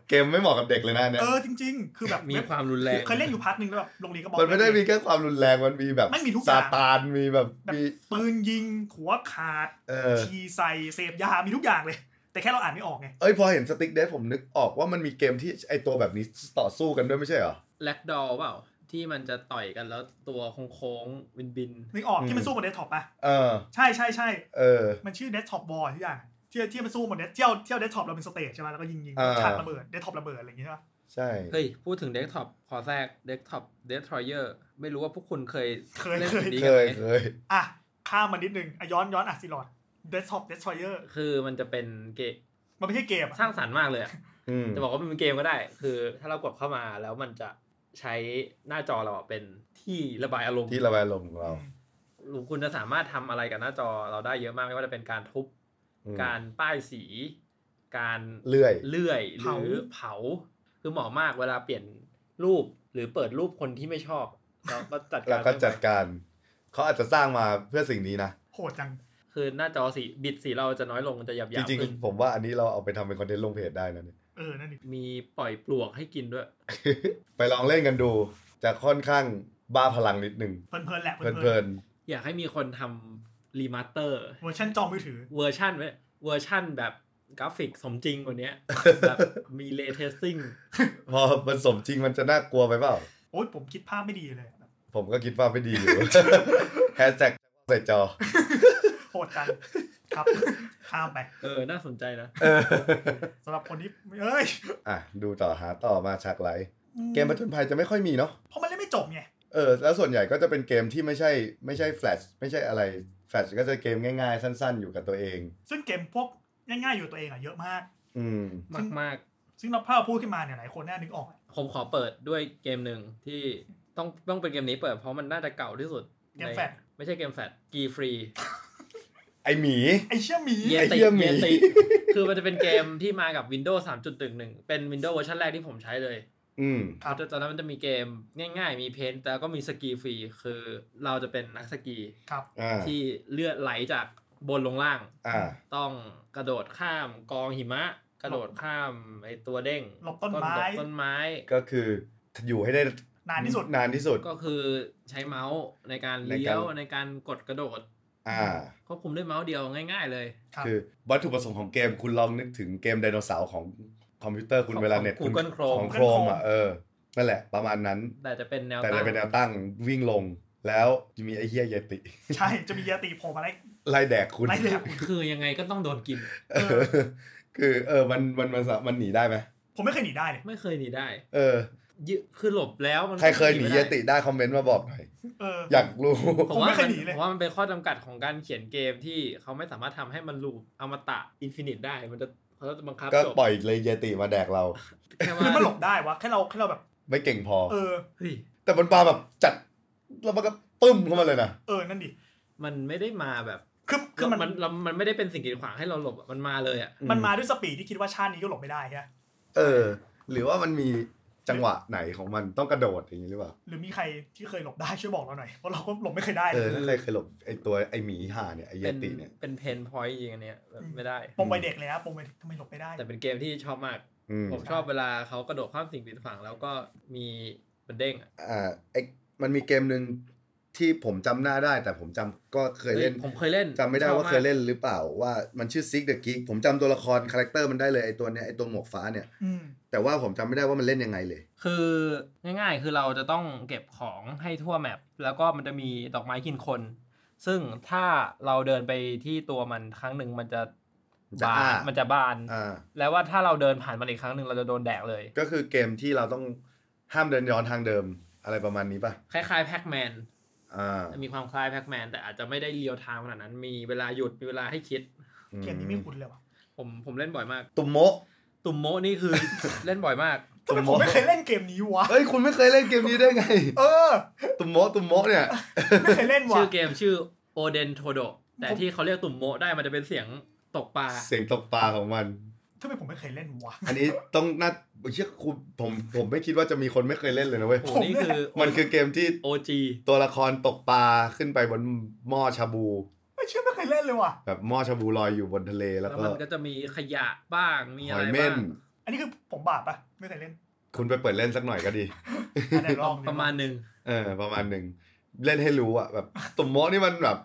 เกมไม่เหมาะกับเด็กเลยนะอันเนี่ย เออจริง ๆ คือแบบ มี เว็บ ความรุนแรง เคยเล่นอยู่พักหนึ่งแล้วแบบโรงเรียนก็บอก มันไม่ได้มีแค่ความรุนแรง มันมีแบบ ไม่มีทุกอย่าง ซตานมีแบบ แบบ มี ปืนยิงหัวขาด เออ ฉีใส่เสพยา มีทุกอย่างเลย แต่แค่เราอ่านไม่ออกไง เอ้ยพอเห็นสติ๊กเดทผมนึกออกว่ามันมีเกมที่ไอตัวแบบนี้ต่อสู้กันด้วยไม่ใช่เหรอ แลกดอลเปล่า ที่มันจะต่อยกันแล้วตัวโค้งๆบินบิน นึกออก อืม ที่มันสู้บนเดสก์ท็อปอะ เออ ใช่ใช่ใช่ เออ มันชื่อเดสก์ท็อปบอลทุกอย่างที่ที่มันสู้บนเดสก์เที่ยวเที่ยวเดสก์ท็อปเราเป็นสเตจใช่ไหมแล้วก็ยิงยิง เออ ชาร์จระเบิดเดสก์ท็อประเบิดอะไรอย่างเงี้ยใช่ปะ ใช่ ๆเฮ้ย พูดถึงเดสก์ท็อปขอแทรกเดสก์ท็อปเดสทรอยเออร์ไม่รู้ว่าพวกคุณเคย เคย เล่น เคย สิ่งนี้ เค กัน ย ไหม เคย อ่ะข้ามมานิดนึงอ่ะย้อนย้อนอ่ะซิลอด Desktop Destroyer คือมันจะเป็นเกม มันไม่ใช่เกมอะ สร้างสรรค์มากเลยอะ อืม จะบอกว่ามันเป็นเกมก็ได้ คือถ้าเรากดเข้ามาแล้วมันจะใช้หน้าจอเราอะเป็นที่ระบายอารมณ์ ที่ระบายลมณ์ของเรา หรือคุณจะสามารถทำอะไรกับหน้าจอเราได้เยอะมากไม่ว่าจะเป็นการทุบ อืม การป้ายสี การ เลื่อย เลื่อย ห เผา รือเผา คือเหมาะมากเวลาเปลี่ยนรูปหรือเปิดรูปคนที่ไม่ชอบเราก็จัด แล้ กาว ร ก็จัดการเขาอาจจะสร้างมาเพื่อสิ่งนี้นะ โหดจัง คือหน้าจอสีบิดสีเราจะน้อยลงมันจะหยาบ จ ๆ ริง ขึ้น ๆ ผมว่าอันนี้เราเอาไปทำเป็นคอนเทนต์ลงเพจได้นะเนี่ย เออ นั่นดิ มีปล่อยปลวกให้กินด้วย ไปลองเล่นกันดู จะค่อนข้างบ้าพลังนิดนึง เพลินๆแหละ เพลิน อยากให้มีคนทำรีมาสเตอร์ เวอร์ชันจอมือถือ เวอร์ชันเว้ยเวอร์ชันแบบกราฟิกสมจริงกว่าเนี้ย แบบมีเลเทสซิ่ง ๆ พอมันสมจริงมันจะน่ากลัวไปเปล่า โอ๊ยผมคิดภาพไม่ดีเลย ผมก็คิดว่าไม่ดีอยู่ แฮชแท็กใส่จอ โหดจัง ครับ ข้ามไป เออ น่าสนใจนะ เออ สำหรับคนที่เอ้ย อ่ะ ดูต่อหาต่อมาฉากไหล เกมประจนภัยจะไม่ค่อยมีเนาะ เพราะมันเล่นไม่จบไง เออ แล้วส่วนใหญ่ก็จะเป็นเกมที่ไม่ใช่ไม่ใช่แฟลชไม่ใช่อะไร แฟลชก็จะเกมง่ายๆ สั้นๆ อยู่กับตัวเอง ซึ่งเกมพวกง่ายๆอยู่ตัวเองอะเยอะมาก อืม มากมาก ซึ่งเราภาพพูดขึ้นมาเนี่ยหลายคนน่านึกออก ๆผมขอเปิดด้วยเกมหนึ่งที่ต้องต้องเป็นเกมนี้เปิดเพราะมันน่าจะเก่าที่สุด เกมแฟลช ในไม่ใช่เกมแฟลชกีฟรี *laughs* ไอหมี ไอเชี่ยหมี เย ไอ้ ติ เหี้ยหมี เยติคือมันจะเป็นเกมที่มากับ Windows 3.11 เป็น Windows เวอร์ชันแรกที่ผมใช้เลย อืม ครับ ตอนนั้นมันจะมีเกมง่ายๆ มีเพนต์แต่ก็มีสกีฟรีคือเราจะเป็นนักสกี ครับ อ่า ที่เลือดไหลจากบนลงล่าง อ่า ต้องกระโดดข้ามกองหิมะ กระโดดข้ามไอตัวเด้ง หลบต้นไม้ ดอกต้นไม้ ก็คืออยู่ให้ได้ นานที่สุด นานที่สุด ก็คือใช้เมาส์ในการ ใน เลี้ กาย ร วในการกดกระโดด อ่า ควบคุมด้วยเมาส์เดียวง่าย ๆ เลย ครับ คือวัตถุประสงค์ของเกมคุณลองนึกถึงเกมไดโนเสาร์ของคอมพิวเตอร์คุณ ของ เวลา ของ เน็ตคุณ Google Chrome ของ Google โครม Chrome อ่ะเออ นั่นแหละ ประมาณนั้น แต่จะเป็นแนว แต่ ตั้ จะ ง เป็นแนวตั้งวิ่งลง แล้วจะมีไอ้เฮียเยติ *laughs* ใช่จะมียาตีโผล่มาไล่ ไล่แดกคุณ ไล่เลยอะคุณ คือยังไงก็ต้องโดนกิน เออ *laughs* คือเออมันมันมันมันหนีได้ไหม ผมไม่เคยหนีได้เลย ไม่เคยหนีได้ เออ ยึคือหลบแล้วมัน ใครเคยหนีเยติได้คอมเมนต์มาบอกหน่อย เออ อยากรู้ ผมผมว่าไม่เคย น หนีเลย ผมว่ามันเป็นข้อจำกัดของการเขียนเกมที่เขาไม่สามารถทำให้มันลูปอมตะอินฟินิตได้มันจะเขาจะบังคับ ก็ จบ ปล่อยเลยเยติมาแดกเรา แค่ คือ ว่า มันหลบได้วะแค่เราแค่เราแบบ ไม่เก่งพอ เออ เฮ้ย แต่มันปาแบบจัดแล้วมันก็ปึ้มเข้ามาเลยนะ เออนั่นดิ มันไม่ได้มาแบบ คือคือมัน มันเรามันไม่ได้เป็นสิ่งกีดขวางให้เราหลบอะมันมาเลยอ่ะ มันมาด้วยสปีดที่คิดว่าชาตินี้ก็หลบไม่ได้ใช่ไหม เออ หรือว่ามันมีจังหวะไหนของมันต้องกระโดดอย่างนี้หรือเปล่า หรือมีใครที่เคยหลบได้ช่วยบอกเราหน่อยเพราะเราก็หลบไม่เคยได้ เอ เล อย แล้วใครเคยหลบไอตัวไอหมีห่าเนี่ยไอเย เป็น ติเนี่ย เป็นเพนพอยต์จริงอันเนี้ยแบบไม่ได้ ปมไปเด็กเลยนะปมไปทำไมหลบไม่ได้ แต่เป็นเกมที่ชอบมาก อืม ผมชอบเวลาเขากระโดดข้ามสิ่งกีดขวางแล้วก็มีมันเด้งอะ อ่าไอมันมีเกมหนึ่งที่ผมจำหน้าได้ แต่ผมจำก็เคยเล่น ฮ้ผมเคยเล่น จำไม่ได้ ชอบ ว่าเคยเล่นหรือเปล่าว่ามันชื่อซิกเดอะกิกผมจำตัวละครคาแรคเตอร์มันได้เลยไอตัวเนี้ยไอตัวหมวกฟ้าเนี่ย อืม แต่ว่าผมจำไม่ได้ว่ามันเล่นยังไงเลย คือง่ายๆ คือเราจะต้องเก็บของให้ทั่วแมปแล้วก็มันจะมีดอกไม้กินคน ซึ่งถ้าเราเดินไปที่ตัวมันครั้งหนึ่งมันจะ จะ บา อ้า นมันจะบาน อ่า แล้วว่าถ้าเราเดินผ่านมันอีกครั้งหนึ่งเราจะโดนแดกเลย ก็คือเกมที่เราต้องห้ามเดินย้อนทางเดิมอะไรประมาณนี้ป่ะ คล้ายๆแพ็กแมน อ่า มีความคล้ายแพ็กแมนแต่อาจจะไม่ได้เรียวไทม์ขนาดนั้น มีเวลาหยุด มีเวลาให้คิด เกมนี้ไม่คุ้นเลยว่ะ ผมผมเล่นบ่อยมาก ตุมโมะ ตุ่มโมะนี่คือ *laughs* เล่นบ่อย *laughs* มาก ทำไมผมไม่เคยเล่นเกมนี้วะ เอ้ยคุณไม่เคยเล่นเกมนี้ได้ไง เออ ตุมโมะตุมโมะเนี่ย ไม่เคยเล่นว่ะ ชื่อเกมชื่อโอเดนโทโดแต่ ผม ที่เขาเรียกตุ่มโมะได้มันจะเป็นเสียงตกปลา เสียงตกปลาของมัน ทำไมผมไม่เคยเล่นวะ อันนี้ต้องน่าเชื่อคุณผมผมไม่คิดว่าจะมีคนไม่เคยเล่นเลยนะเว้ย โอ้ ผม นี่คือ มันคือเกมที่ โอจี ตัวละครตกปลาขึ้นไปบนหม้อชาบู ไม่เชื่อไม่เคยเล่นเลยว่ะ แบบหม้อชาบูลอยอยู่บนทะเล แล้ แล้ว วก็ มันก็จะมีขยะบ้างมี ห อะ อ ไร ย บ้า เม่น ง อันนี้คือผมบาปปะไม่เคยเล่ *laughs* น คุณไปเปิดเล่นสักหน่อยก็ดี อันไหนลองดิ ประมาณหนึ่ง เออ ประมาณหนึ่งเล่นให้รู้อะแบบ ตุ่มโมะนี่มันแบบ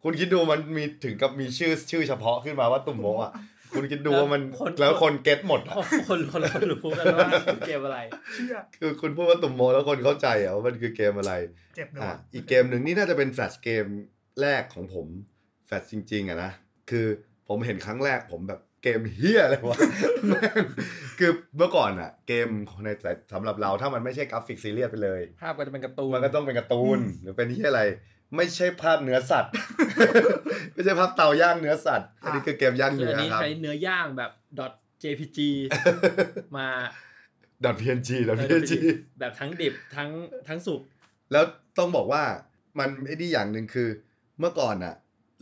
*laughs* คุณคิดดูมันมีถึงกับมีชื่อชื่อเฉพาะขึ้นมาว่าตุ่มโมะอะคุณคิดดูว่ามันแล้วคนเก็ตหมดอะ คนคนคนรู้กันว่าคือเกมอะไร เชื่อ คือคุณพูดว่าตุ่มโมะแล้วคนเข้าใจอะว่ามันคือเกมอะไร เจ็บเลย อ่ะ ว่ะ อีกเกมหนึ่งนี่น่าจะเป็นแฟลชเกมแรกของผมแฟลชจริงๆอะนะคือผมเห็นครั้งแรกผมแบบเกมเฮียอะไรวะ *laughs* แม่งคือเมื่อก่อนอะเกมในสายสำหรับเราถ้ามันไม่ใช่กราฟิกซีเรียสไปเลย ภาพก็จะเป็นการ์ตูน มันก็ต้องเป็นการ์ตูนหรือเป็นที่อะไร ไม่ใช่ภาพเนื้อสัตว์ *laughs* ไม่ใช่ภาพเตาย่างเนื้อสัตว์อันนี้คือเกมย่าง คือ เนื้ อั อน นี้ ครับ ใช้เนื้อย่างแบบ .jpg มา ดอทพีเอ็นจีดอทพีเอ็นจี แบบทั้งดิบทั้งทั้งสุก แล้วต้องบอกว่ามันไอ้นี่อย่างหนึ่งคือ เมื่อก่อนอะ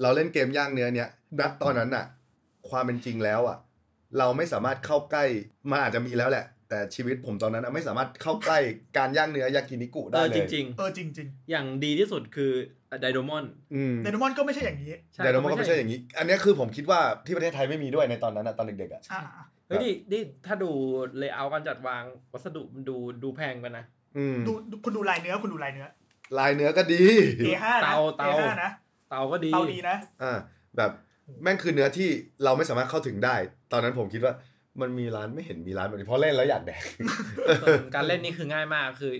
เราเล่นเกมย่างเนื้อเนี่ยณตอนนั้นอะความเป็นจริงแล้วอะเราไม่สามารถเข้าใกล้มันอาจจะมีแล้วแหละ แต่ชีวิตผมตอนนั้นอะไม่สามารถเข้าใกล้การย่างเนื้อยากินิกุ เอ ได้ อ เลย จริง เออจริงจริง ๆ อย่างดีที่สุดคือไดโดมอน อืม เดนมอนก็ไม่ใช่อย่างนี้ แต่เราก็ไม่ใช่อย่างนี้ อันเนี้ยคือผมคิดว่าที่ประเทศไทยไม่มีด้วยในตอนนั้นอะตอนเด็กๆอะ อ่า เฮ้ยนี่นี่ถ้าดูเลเยอร์การจัดวางวัสดุมันดูดูแพงไปนะ อืม ดูดูคุณดูลายเนื้อคุณดูลายเนื้อ ลายเนื้อก็ดี A5 นะ เตาเตา A5 นะ เตาก็ดี เตาดีนะ อ่าแบบแม่งคือเนื้อที่เราไม่สามารถเข้าถึงได้ ตอนนั้นผมคิดว่ามันมีร้านไม่เห็นมีร้านแบบนี้เพราะเล่นแล้วอยากแดก ส่วนการเล่นนี่คือง่ายมากคือ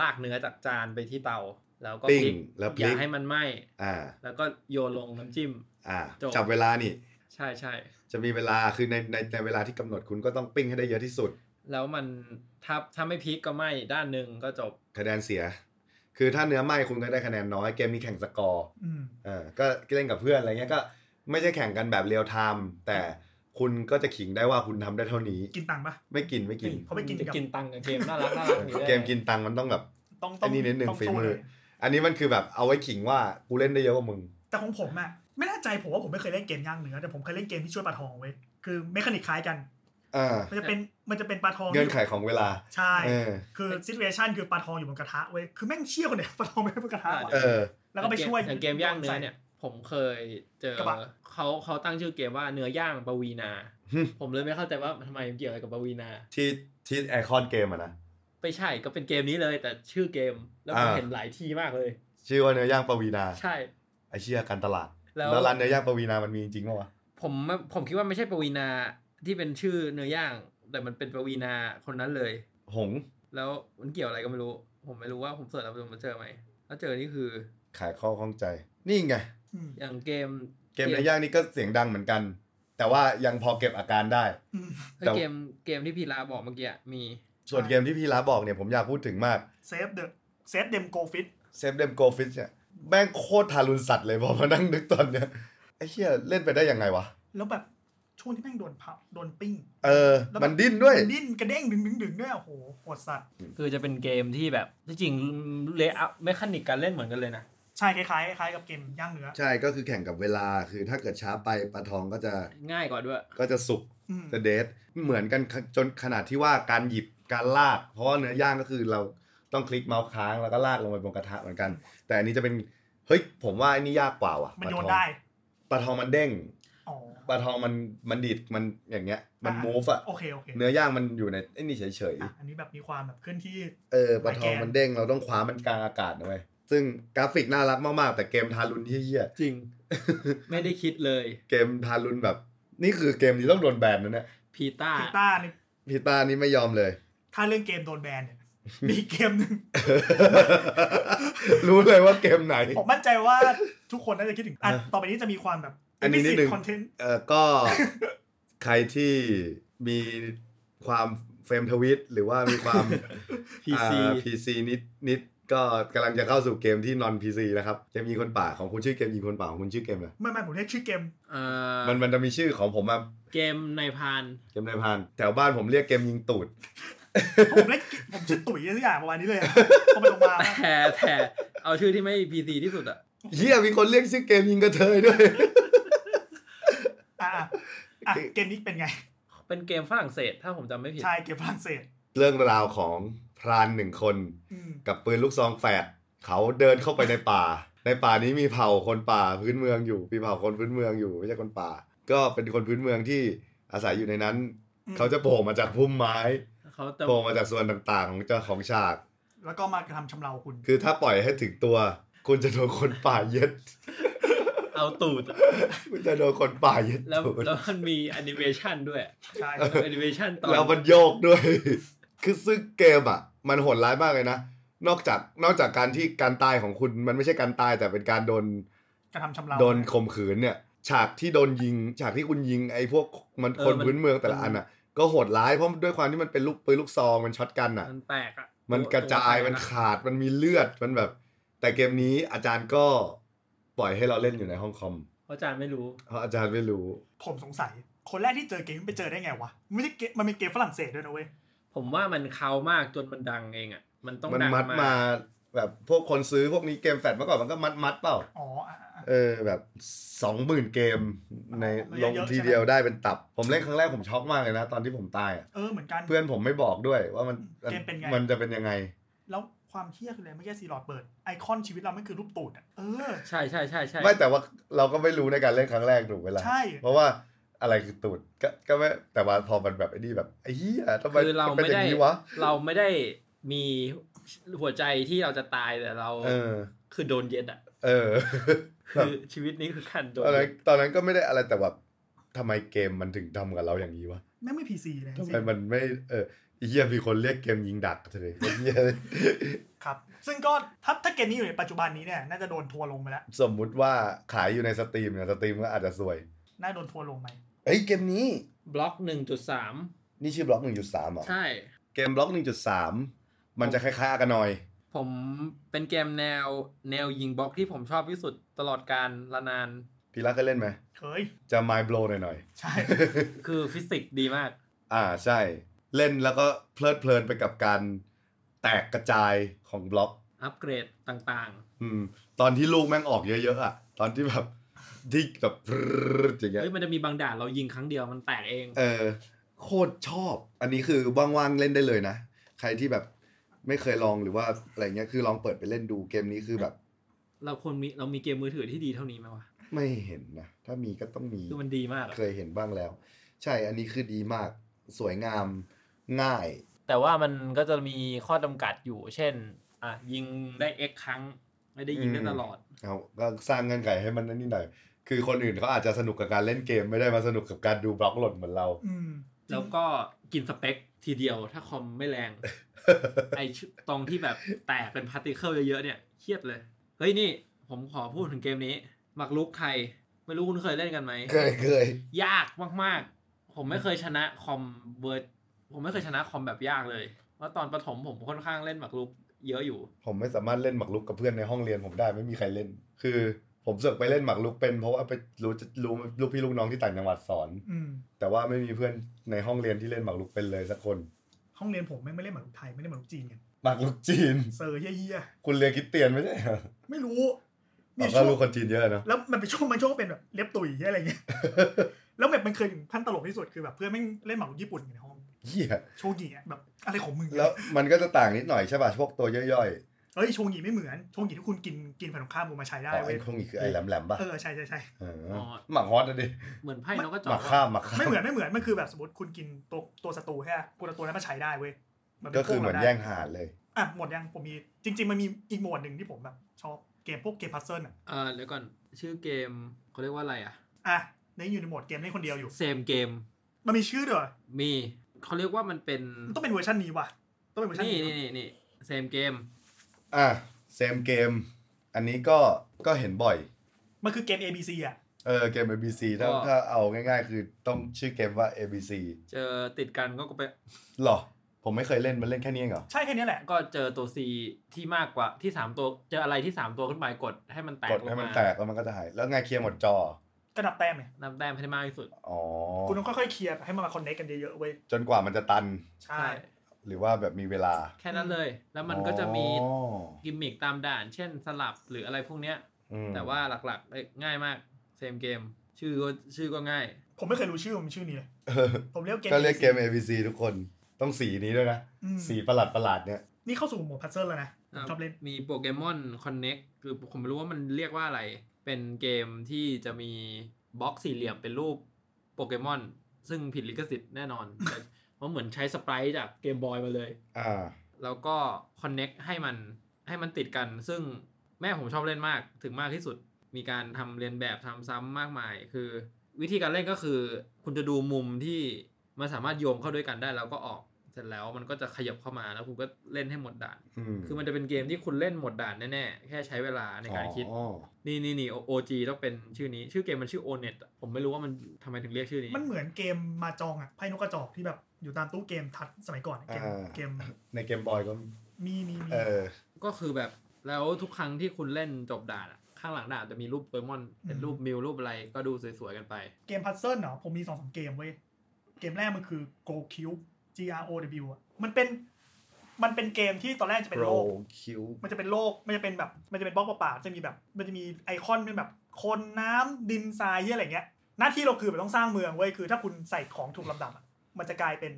ลากเนื้อจากจานไปที่เตา แล้วก็ ปิ้ง พลิก แล้วพลิก อย่าให้มันไหม้ อ่า แล้วก็โยนลงน้ำจิ้ม อ่า จบ จับเวลานี่ ใช่ใช่ จะมีเวลาคือในในในเวลาที่กำหนดคุณก็ต้องปิ้งให้ได้เยอะที่สุด แล้วมันถ้าถ้าไม่พลิกก็ไหม้ด้านหนึ่งก็จบ คะแนนเสีย คือถ้าเนื้อไหมคุณก็ได้คะแนนน้อยเกมมีแข่งสกอร์ อืม เออก็เล่นกับเพื่อนอะไรเงี้ยก็ไม่ใช่แข่งกันแบบเรียลไทม์แต่คุณก็จะขิงได้ว่าคุณทำได้เท่านี้ กินตังค์ปะ ไม่กินไม่กิน เขาไปกินกับ จะกินตังค์กับเกมน่ารักน่ารักอย่างนี้ได้ เกมกินตังค์มันต้องแบบ ต้องต้อ อั ง นนี้นิดหนึ่ง ต้อง ฝีมือ สู้เลย อันนี้มันคือแบบเอาไว้ขิงว่ากูเล่นได้เยอะกว่ามึง แต่ของผมอะไม่แน่ใจผมว่าผมไม่เคยเล่นเกมย่างเนื้อแต่ผมเคยเล่นเกมที่ช่วยปลาทองเว้ยคือเมคานิกคล้ายกัน เออ มันจะเป็นมันจะเป็นปลาทอง เงื่อนไขของเวลา ใช่ เออ คือซิทูเอชันคือปลาทองอยู่บนกระทะเว้ยคือแม่งเชี่ยวเนี่ย *laughs* ปลาทองไม่ได้บนกระทะ เอ ว่ะ อ แล้วก็ไปช่วย อย่างเกมย่างเนื้อเนี่ย ผมเคยเจอก ระบะ เขาเขาตั้งชื่อเกมว่าเนื้อย่างปวี *laughs* นา หึ ผมเลยไม่เข้าใจว่าทำไมเกี่ยวอะไรกับปวีนา ที่ที่ไอคอนเกมอะนะ ไม่ใช่ก็เป็นเกมนี้เลย แต่ชื่อเกมแล้วผม อ่า เห็นหลายที่มากเลย ชื่อว่าเนื้อย่างปวีนา ใช่ ไอเชี่ยการตลาด แล้ว แล้วร้านเนื้อย่างปวีนามันมีจริงปะวะ ผมผมคิดว่าไม่ใช่ปวีนาที่เป็นชื่อเนื้อย่าง แต่มันเป็นปวีนาคนนั้นเลย หงส์ แล้วมันเกี่ยวอะไรก็ไม่รู้ ผมไม่รู้ว่าผมเสิร์ชแล้วมันเจอไหมถ้าเจอนี่คือ ขายข้อข้องใจ นี่ไง อืม อย่างเกม เกมในย่างนี่ก็เสียงดังเหมือนกัน แต่ว่ายังพอเก็บอาการได้ อืม เอ้ย แต่ เกมเกมที่พีลาบอกเมื่อกี้อะมี ส่วนเกมที่พี่ลาบอกเนี่ยผมอยากพูดถึงมาก เซฟเดอะเซฟเดมโกฟิต เซฟเดมโกฟิชเนี่ยแม่งโคตรทารุณสัตว์เลยพอมานั่งนึกตอนเนี้ยไอ้เชี่ยเล่นไปได้ยังไงวะ แล้วแบบช่วงที่แม่งโดนเผาโดนปิ้ง เออ มันดิ้นด้วย มัดิ้นกระเด้งดึงดึงดึงด้วยโอ้โหโหดสัตว์ คือจะเป็นเกมที่แบบที่จริงเลเยอร์ไม่คานิกการเล่นเหมือนกันเลยนะ ใช่คล้ายๆคล้ายกับเกมย่างเนื้อ ใช่ก็คือแข่งกับเวลาคือถ้าเกิดช้าไปปลาทองก็จะ ง่ายกว่าด้วย ก็จะสุก อืม จะเดทเหมือนกันจนขนาดที่ว่าการหยิบการลาก เพราะว่าเนื้อย่างก็คือเราต้องคลิกเมาส์ค้างแล้วก็ลากลงไปบนกระทะเหมือนกัน แต่อันนี้จะเป็นเฮ้ยผมว่าอันนี้ยากกว่าว่ะ มัน ปลา โย ท น อง ได้ ปลาทองมันเด้ง อ๋อ ปลาทองมันมันดีดมันอย่างเงี้ย มัน อ่ะ มูฟอะ โอเคโอเค เนื้อย่างมันอยู่ในไอ้นี่เฉย อ่ะอันนี้แบบมีความแบบเคลื่อนที่ ๆเออปลาทอง ไม่แกน มันเด้งเราต้องคว้ามันกลางอากาศนะเว้ยซึ่งกราฟิกน่ารักมากๆแต่เกมทารุณเหี้ย จริง *laughs* ไม่ได้คิดเลย ๆ *laughs* เกมทารุณแบบ นี่คือเกมที่ต้องโดนแบนนะเนี่ย พีต้า กี *laughs* ต้าร์นี่ พีตานี่ไม่ยอมเลย ถ้าเรื่องเกมโดนแบนเนี่ยมีเกมหนึ่ง *laughs* รู้เลยว่าเกมไหน ผมมั่นใจว่าทุกคนน่าจะคิดถึงอ่ะ เออ ต่อไปนี้จะมีความแบบ อันนี้นิดนึง คอนเทนต์ เออก็ใครที่มีความเฟรมทวิตหรือว่ามี *laughs* ความ พีซี อ่า PC นิดนิดก็กำลังจะเข้าสู่เกมที่ non PC นะครับเกมยิงคนป่าของคุณชื่อเกมยิงคนป่าของคุณชื่อเกมอะไร ไม่ไม่ผมเรียกชื่อเกม มันมันจะมีชื่อของผมอะ เกมในพาน เกมนายพรานแถวบ้านผมเรียกเกมยิงตูด ผมเรียกผมชื่อตุ๋ยอะไรสักอย่างประมาณนี้เลยอะผมไปลงมา แต่แต่เอาชื่อที่ไม่พีซีที่สุดอะ เฮียมีคนเรียกชื่อเกมยิงกระเทยด้วย *laughs* อ่ะอ่ะอ่ะเกมนี้เป็นไง เป็นเกมฝรั่งเศส ถ้าผมจำไม่ผิด ใช่เกมฝรั่งเศส เรื่องราวของพรานหนึ่งคน อืม กับปืนลูกซองแฝดเขาเดินเข้าไปในป่า ในป่านี้มีเผ่าคนป่าพื้นเมืองอยู่มีเผ่าคนพื้นเมืองอยู่ไม่ใช่คนป่า ก็เป็นคนพื้นเมืองที่อาศัยอยู่ในนั้น อืม เขาจะโผล่มาจากพุ่มไม้ เขาจะ โผล่มาจากส่วนต่างๆ ของเจ้าของฉาก แล้วก็มากระทำชำเราคุณ คือถ้าปล่อยให้ถึงตัว คุณจะโดนคนป่ายึด *laughs* เอาตูดอะ คุณจะโดนคนป่ายึด แล้ว ตูด แล้วมันมีแอนิเมชันด้วย ใช่ แอนิเมชันตอน แล้วมันโยกด้วย คือซึ่งเกมอ่ะ มันโหดร้ายมากเลยนะ นอกจากนอกจากการที่การตายของคุณมันไม่ใช่การตายแต่เป็นการโดน กระทำชำเรา โดนข่มขืนเนี่ย ฉากที่โดนยิง ฉากที่คุณยิงไอ้พวกมันคนพื้นเมืองแต่ละอันอ่ะ ก็โหดร้ายเพราะด้วยความที่มันเป็นลูกปืนลูกซองมันช็อตกันอ่ะ มันแตกอะ มันกระจาย ตัวแตอ มันขาดมันมีเลือดมันแบบ แต่ แต่เกมนี้อาจารย์ก็ปล่อยให้เราเล่นอยู่ในห้องคอม เพราะอาจารย์ไม่รู้ เพราะอาจารย์ไม่รู้ ผมสงสัย คนแรกที่เจอเกมนี้ไปเจอได้ไงวะไม่ใช่เกมมันเป็นเกมฝรั่งเศสด้วยนะเว้ย ผมว่ามันเขามากจนมันดังเองอ่ะ มันต้อง มัน ดัง มัด มาม าก แบบพวกคนซื้อพวกนี้เกมแฟดเมื่อก่อนมันก็มัดมัดๆเปล่า อ๋ออ่ะอ่ะ เออแบบสองหมื่นเกมใน เย ล อะ ง ๆ ที ใช่ไหม เดียวได้เป็นตับ ผมเล่นครั้งแรกผมช็อกมากเลยนะ ตอนที่ผมตายอะ เออเหมือนกัน เพื่อนผมไม่บอกด้วยว่ามัน เกมเป็นไง มันจะเป็นยังไง แล้วความเที่ยคืออะไรไม่ใช่ซีรอดเปิดไอคอนชีวิตเราไม่คือรูปตูดอะเออ ใช่ใช่ใช่ใช่ ไม่แต่ว่าเราก็ไม่รู้ในการเล่นครั้งแรกถูกเวลา ใช่ เพราะว่าอะไรคือตูดก็ก็ไม่แต่ว่าพอมันแบบไอ้นี่แบบไอ้เหี้ยทำไม คือเรา น ไม่ ป็นย่ ได้ งนี้วะ เราไม่ได้มีหัวใจที่เราจะตายแต่เรา เออ คือโดนเย็ดอ่ะ เออ คือชีวิตนี้คือการโดน ตอนนั้น เย็ด ตอนนั้นก็ไม่ได้อะไรแต่แบบทำไมเกมมันถึงทำกับเราอย่างนี้วะ แม่งไม่พีซีเลย ทำไมมันไม่เออไอ้เหี้ยมีคนเรียกเกมยิงดักเลยไอ้เหี้ย ครับ ซึ่งก็ถ้าถ้าเกมนี้อยู่ในปัจจุบันนี้เนี่ยน่าจะโดนทัวร์ลงไปแล้ว สมมุติว่าขายอยู่ในสตรีมเนี่ยสตรีมก็อาจจะสวย น่าโดนทัวร์ลงไหม เฮ้ยเกมนี้ บล็อกหนึ่งจุดสาม นี่ชื่อบล็อก 1.3เหรอ ใช่ เกมบล็อก 1.3 มันจะคล้ายๆอากานอย ผมเป็นเกมแนวแนวยิงบล็อกที่ผมชอบที่สุดตลอดการละนาน พี่รักเคยเล่นไหม เฮ้ย จะไมโบรหน่อย ใช่ *laughs* ๆ คือฟิสิกส์ดีมาก อ่าใช่ เล่นแล้วก็เพลิดเพลินไปกับการแตกกระจายของบล็อก อัปเกรดต่าง อืม ตอนที่ลูกแม่งออกเยอะๆอ่ะ ตอนที่แบบที่แบบ *laughs* ปรึ๊ดอย่าง ๆ เงี้ย เฮ้ยมันจะมีบางด่านเรายิงครั้งเดียวมันแตกเอง เออโคตรชอบ อันนี้คือว่างๆเล่นได้เลยนะ ใครที่แบบไม่เคยลองหรือว่าอะไรเงี้ยคือลองเปิดไปเล่นดูเกมนี้คือแบบ เราควรมีเรามีเกมมือถือที่ดีเท่านี้ไหมวะ ไม่เห็นนะ ถ้ามีก็ต้องมี คือมันดีมากอะ เคยเห็นบ้างแล้ว ใช่อันนี้คือดีมากสวยงามง่าย แต่ว่ามันก็จะมีข้อจำกัดอยู่ เช่น อ่ะยิงได้ x ครั้ง ไม่ได้ยิงได้ อืม ตลอด เอาก็สร้างเงื่อนไขให้มันนิดหน่อย คือคนอื่นเขาอาจจะสนุกกับการเล่นเกมไม่ได้มาสนุกกับการดูบล็อกหล่นเหมือนเรา *laughs* อืม แล้วก็กินสเปคทีเดียวถ้าคอมไม่แรง *laughs* ไอชุดตรงที่แบบแตกเป็นพาร์ติเคิลเยอะๆเนี่ยเครียดเลย เฮ้ยนี่ผมขอพูดถึงเกมนี้หมักลุกใคร ไม่รู้คุณเคยเล่นกันไหม เคยเคย ยากมากๆ ผมไม่เคยชนะคอมเวิร์ดผมไม่เคยชนะคอมแบบยากเลย เพราะตอนประถมผมค่อนข้างเล่นหมากรุกเยอะอยู่ ผมไม่สามารถเล่นหมากรุกกับเพื่อนในห้องเรียนผมได้ไม่มีใครเล่น คือ ผมเสือกไปเล่นหมากรุกเป็นเพราะว่าไปรู้รู้ลูกพี่ลูกน้องที่ต่างจังหวัดสอน อืม แต่ว่าไม่มีเพื่อนในห้องเรียนที่เล่นหมากรุกเป็นเลยสักคน ห้องเรียนผมแม่งไม่เล่นหมากรุกไทยไม่เล่นหมากรุกจีนกัน หมากรุกจีน เซอร์เยี่ย คุณเรียนคริดเตียนไม่ใช่ *laughs* เหรอ ๆไม่รู้ เราก็ ช่ว รู้ ง คนจีนเยอะเนอะ แล้วมันเป็นช่วง *laughs* มันช่วงเป็นแบบเล็บตุ๋ยอะไร *laughs* เงี้ยแล้วแบบมันเคยถึงขั้นตลกที่สุดคือแบบเพื่อนแม่งเล่นหมากรุกญี่ปุ่นกันในห้อง เหี้ย โชงีอะแบบอะไรของมึง แล้วมันก็จะต่างนิดหน่อยใช่ป่ะพวกตัวย่อย เฮ้ยโชงีไม่เหมือนโชงีที่คุณกินกินผ่านของข้ามมาใช้ ๆ ได้ อ๋อ เว้ ไอ้ ย คงอีกคือไอ้แหลมๆป่ะ เออใช่ใช่ใช่ เออ อ หมักฮอตนะดิ เหมือนไพ่นกกระจ หอมัก ก ข้ามหมักข้า ไม่ ม เหมือนไม่เหมือนมันคือแบบสมมติคุณกินตัวตัวศัตรูใช่ไหมคุณเอาตัวนั้นมาใช้ได้เว้ยป็ ก็คือ พว เหมือน ราได้ แย่งหาดเลย อ่ะหมดยังผมมีจริง ๆ มันมีอีกหมวดหนึ่งที่ผมแบบชอบเกมพวกเกมพัซเซิลอ่ะ เออเดี๋ยวก่อนชื่อเกมเขาเรียกว่าอะไรอะ อ่ะในอยู่ในหมวดเกมเล่นคนเดียวอยู่ เซมเกม มันมีชื่อด้วยเหรอ มีเขาเรียกว่ามันเป็น มันต้องเป็นเวอร์ชันนี้ว่ะต้องเป็นเวอร์ชัน นี่ นี้ นี่นี่นี่เซมเกม อ่ะเซมเกม อันนี้ก็ก็เห็นบ่อย มันคือเกม A B C อ่ะ เออเกม ABC ถ้าถ้าเอาง่ายๆ คือต้องชื่อเกมว่า ABC เจอติดกันก็ไป หรอ ผมไม่เคยเล่นมันเล่นแค่นี้เองเหรอ ใช่แค่เนี้ยแหละ ก็เจอตัว C ที่มากกว่าที่สามตัวเจออะไรที่สามตัวขึ้นไปกดให้มันแตก กดให้มันแตกแล้วมันก็จะหายแล้วไงเคลียร์หมดจอ กระดับแต้มเนี่ย นับแต้มให้ได้มากที่สุด อ๋อ คุณต้องค่อยๆเคลียร์ให้มันมาคอนเนคกันเยอะๆเว้ย จนกว่ามันจะตัน ใช่ หรือว่าแบบมีเวลา แค่นั้นเลย แล้วมันก็จะมี อ๋อ กิมมิคตามด่าน เช่นสลับหรืออะไรพวกเนี้ย อืม แต่ว่าหลักๆเอ้ยง่ายมากเซมเกม ชื่อก็ชื่อก็ง่าย ผมไม่เคยรู้ชื่อมันชื่อนี้เลย เออ ผมเรียกเกม ก็เรียก ABC เกม ABC ทุกคนต้องสีนี้ด้วยนะ อืม สีประหลาดประหลาดๆเนี่ย นี่เข้าสู่หมวดพัซเซิลแล้วนะผม ครับ ชอบเล่น มีโปเกมอนคอนเน็กคือผมไม่รู้ว่ามันเรียกว่าอะไร เป็นเกมที่จะมีบล็อกสี่เหลี่ยมเป็นรูปโปเกมอน ซึ่งผิดลิขสิทธิ์แน่น *laughs* อนแต่ เพราะเหมือนใช้สไปร์จากเกมบอยมาเลย อ่า แล้วก็คอนเน็กให้มันให้มันติดกัน ซึ่งแม่ผมชอบเล่นมากถึงมากที่สุด มีการทำเรียนแบบทำซ้ำมากมาย คือ วิธีการเล่นก็คือ คุณจะดูมุมที่มันสามารถโยงเข้าด้วยกันได้แล้วก็ออก เสร็จแล้วมันก็จะขยับเข้ามาแล้วคุณก็เล่นให้หมดด่าน อืม คือมันจะเป็นเกมที่คุณเล่นหมดด่านแน่ๆ แค่ใช้เวลาในการคิด อ๋อ นี่นี่นี่โอจีต้องเป็นชื่อนี้ ชื่อเกมมันชื่อโอเน็ตผมไม่รู้ว่ามันทำไมถึงเรียกชื่อนี้ มันเหมือนเกมมาจองอ่ะไพ่นกกระจอกที่แบบอยู่ตามตู้เกมทัดสมัยก่อนอะเกมเกม ในเกมบอยก็ มีมีมี เออ ก็คือแบบ แล้วทุกครั้งที่คุณเล่นจบด่านอะข้างหลังด่านจะมีรูปโปเกมอนเป็นรูปมิวรูปอะไรก็ดูสวยๆกันไป เกมพัซเซิลเนาะผมมีสองสามเกมเว้ย เกมแรกมันคือ Go Cube G R O W อ่ะมันเป็นมันเป็นเกมที่ตอนแรกจะเป็น โร โลก คิว มันจะเป็นโลกมันจะเป็นแบบ มันจะเป็นบล็อกเปล่าๆจะมีแบบ มันจะมีไอคอนเป็นแบบ คนน้ำดินทรายเหี้ยอะไรเงี้ย หน้าที่เราคือแบบต้องสร้างเมืองเว้ยคือถ้าคุณใส่ของถูกลำดับอะมันจะกลายเป็น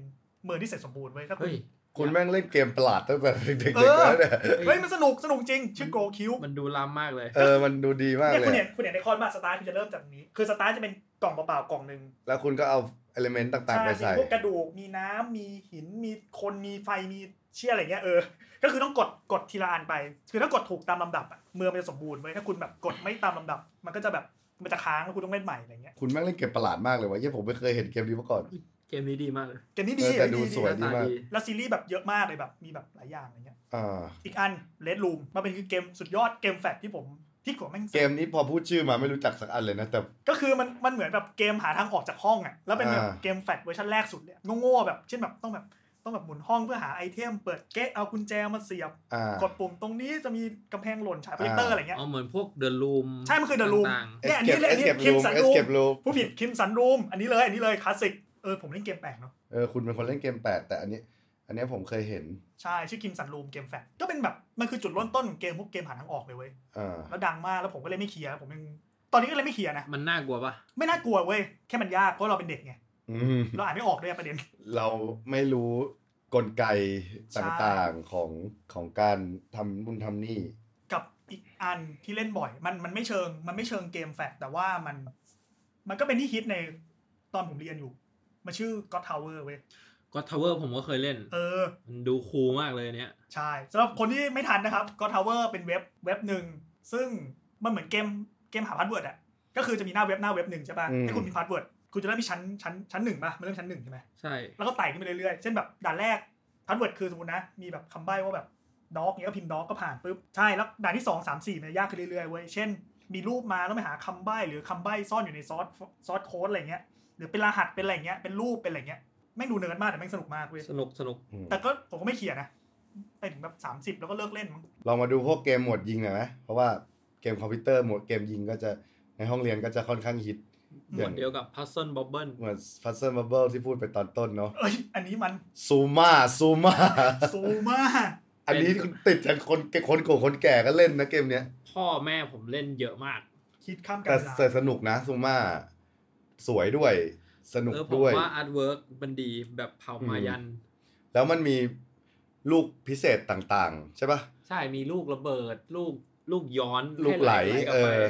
เมืองที่เสร็จสมบูรณ์เว้ยถ้าคุณ เฮ้ย คุณแม่งเล่นเกมประหลาดตั้งแต่เด็ก เออๆแล้วเนี่ย ฮ้ย เฮ้ยมันสนุกสนุกจริง ชื่อ Go Cube มันดูล้ำมากเลย เออมันดูดีมาก เนี่ย เล คุณ ย เห็น อะ คุณเห็นไอคอนมาสตาร์ทคุณจะเริ่มจากนี้ คือสตาร์ทจะเป็นกล่องเปล่าๆกล่องหนึ่ง แล้วคุณก็เอาเอลิเมนต์ต่างๆ ไป ใช่ ใส่ มีพวกกระดูก มีน้ำ มีหิน มีคน มีไฟ มีเชี่ยอะไรเงี้ยเออ ก็คือต้องกด กดทีละอันไป คือถ้ากดถูกตามลำดับอะเมืองมันจะสมบูรณ์ไว้ยถ้าคุณแบบกดไม่ตามลำดับ มันก็จะแบบ มันจะค้างแล้วคุณต้องเล่นใหม่อะไรเงี้ย คุณแม่งเล่นเกมประหลาดมากเลยวะเหี้ยผมไม่เคยเห็นเกมนี้มาก่อน เกมนี้ดีมากเลย เกมนี้ดี เออแต่ดู ดี สวย หน้าตาดี แล้วซีรีส์แบบเยอะมากเลยแบบ มีแบบหลายอย่างอะไรเงี้ย อ่า อีกอันเลดรูมมันเป็นคือเกมสุดยอดเกมแฟลชที่ผมที่ผมแม่ง เกมนี้พอพูดชื่อมาไม่รู้จักสักอันเลยนะแต่ ก็คือมันมันเหมือนแบบเกมหาทางออกจากห้องอะแล้วเป็นแบบ อ่า เกมแฟลชเวอร์ชันแรกสุดเลยโง่ๆแบบเช่นแบบต้องแบบต้องแบบหมุนห้องเพื่อหาไอเทม เปิดเก๊ะเอากุญแจมาเสียบ อ่า กดปุ่มตรงนี้จะมีกำแพงหล่นฉายโปรเจคเตอร์ อ่า อะไรเงี้ย เอาเหมือนพวกเดอะลูม ใช่มันคือ The Room เนี่ยอันนี้ Escape เลยอันนี้ Escape คิม Room สันรู Escape Room ผู้ผิดคิมสันรูม อันนี้เลยอันนี้เลยคลาสสิกเออผมเล่นเกมแปลกเนาะ เออคุณเป็นคนเล่นเกมแปลกแต่อันนี้ อันนี้ผมเคยเห็น ใช่ชื่อคิมสันรูมเกมแฟลชก็เป็นแบบ มันคือจุดเริ่มต้นของเกมพวกเกมหาทางออกเลยเว้ย อ่า แล้วดังมากแล้วผมก็เลยไม่เคลียร์ผมยังตอนนี้ก็เลยไม่เคลียร์นะ มันน่ากลัวปะ ไม่น่ากลัวเว้ย แค่มันยากเพราะเราเป็นเด็กไง อืม เราอ่านไม่ออกด้วยประเด็น เราไม่รู้กลไกต่างๆของของการทำบุญทำนี่ กับอีกอันที่เล่นบ่อย มันมันไม่เชิง มันไม่เชิงเกมแฟลชแต่ว่ามัน มันก็เป็นที่ฮิตในตอนผมเรียนอยู่มันชื่อ God Tower เว้ย ก็ทาวเวอร์ผมก็เคยเล่น เออ มันดูคูลมากเลยอันเนี่ย ใช่สำหรับคนที่ไม่ทันนะครับ God Tower เป็นเว็บเว็บหนึ่ง ซึ่งมันเหมือนเกมเกมหาพาสเวิร์ดอ่ะก็คือจะมีหน้าเว็บหน้าเว็บหนึ่งใช่ป่ะ อืม ให้คุณมีพาสเวิร์ดคุณจะเริ่มที่ชั้นชั้นชั้นหนึ่งป่ะมันเริ่มชั้นหนึ่งใช่ไหม ใช่ แล้วก็ไต่ขึ้นไปเรื่อยๆ เช่นแบบด่านแรกพาสเวิร์ดคือสมมตินะ มีแบบคำใบ้ว่าแบบด็อกเนี้ยก็พิมพ์ด็อกก็ผ่านปุ๊บใช่แล้วด่านที่สองสามสี่มันจะยากขึ้นเรื่อยๆเว้ยเช่น มีรูปมาแล้วไปหาคำใบ้หรือคำใบ้ซ่อนอยู่ในซอสซอสโค้ดอะไรเงี้ยหรือเป็นรหัสเป็นอะไรเงี้ยเป็นรูปเป็นอะไรเงี้ยแม่งดูเนิร์ดมากแต่แม่งสนุกมากเว้ย สนุกสนุก อืม แต่ก็ผมก็ไม่เขียนนะไปถึงแบบสามสิบแล้วก็เลิกเล่นมั้ง ลองมาดูพวกเกมหมวดยิงหน่อยไหมเพราะว่าเกมคอมพิวเตอร์หมวดเกมยิงก็จะในห้องเรียนก็จะค่อนข้างฮิต หมวดเดียวกับพัซเซิลบ็อบเบิล เหมือนพัซเซิลบับเบิลที่พูดไปตอนต้นเนาะ เอ้ย อันนี้มัน ซูมาซูมา ซูมาก *laughs* อันนี้ติดจากคนคนโกคนแก่ก็เล่นนะเกมเนี้ย พ่อแม่ผมเล่นเยอะมาก คิดข้ามกั แต่ น แต่สนุกนะซูมาสวยด้วยสนุก เออผม ด้วย ว่าอาร์ตเวิร์กมันดีแบบเผามายัน แล้วมันมีลูกพิเศษต่างๆ ใช่ปะ ใช่มีลูกระเบิด ลูกลูกย้อน ลูกไหล ใกลับไป เออ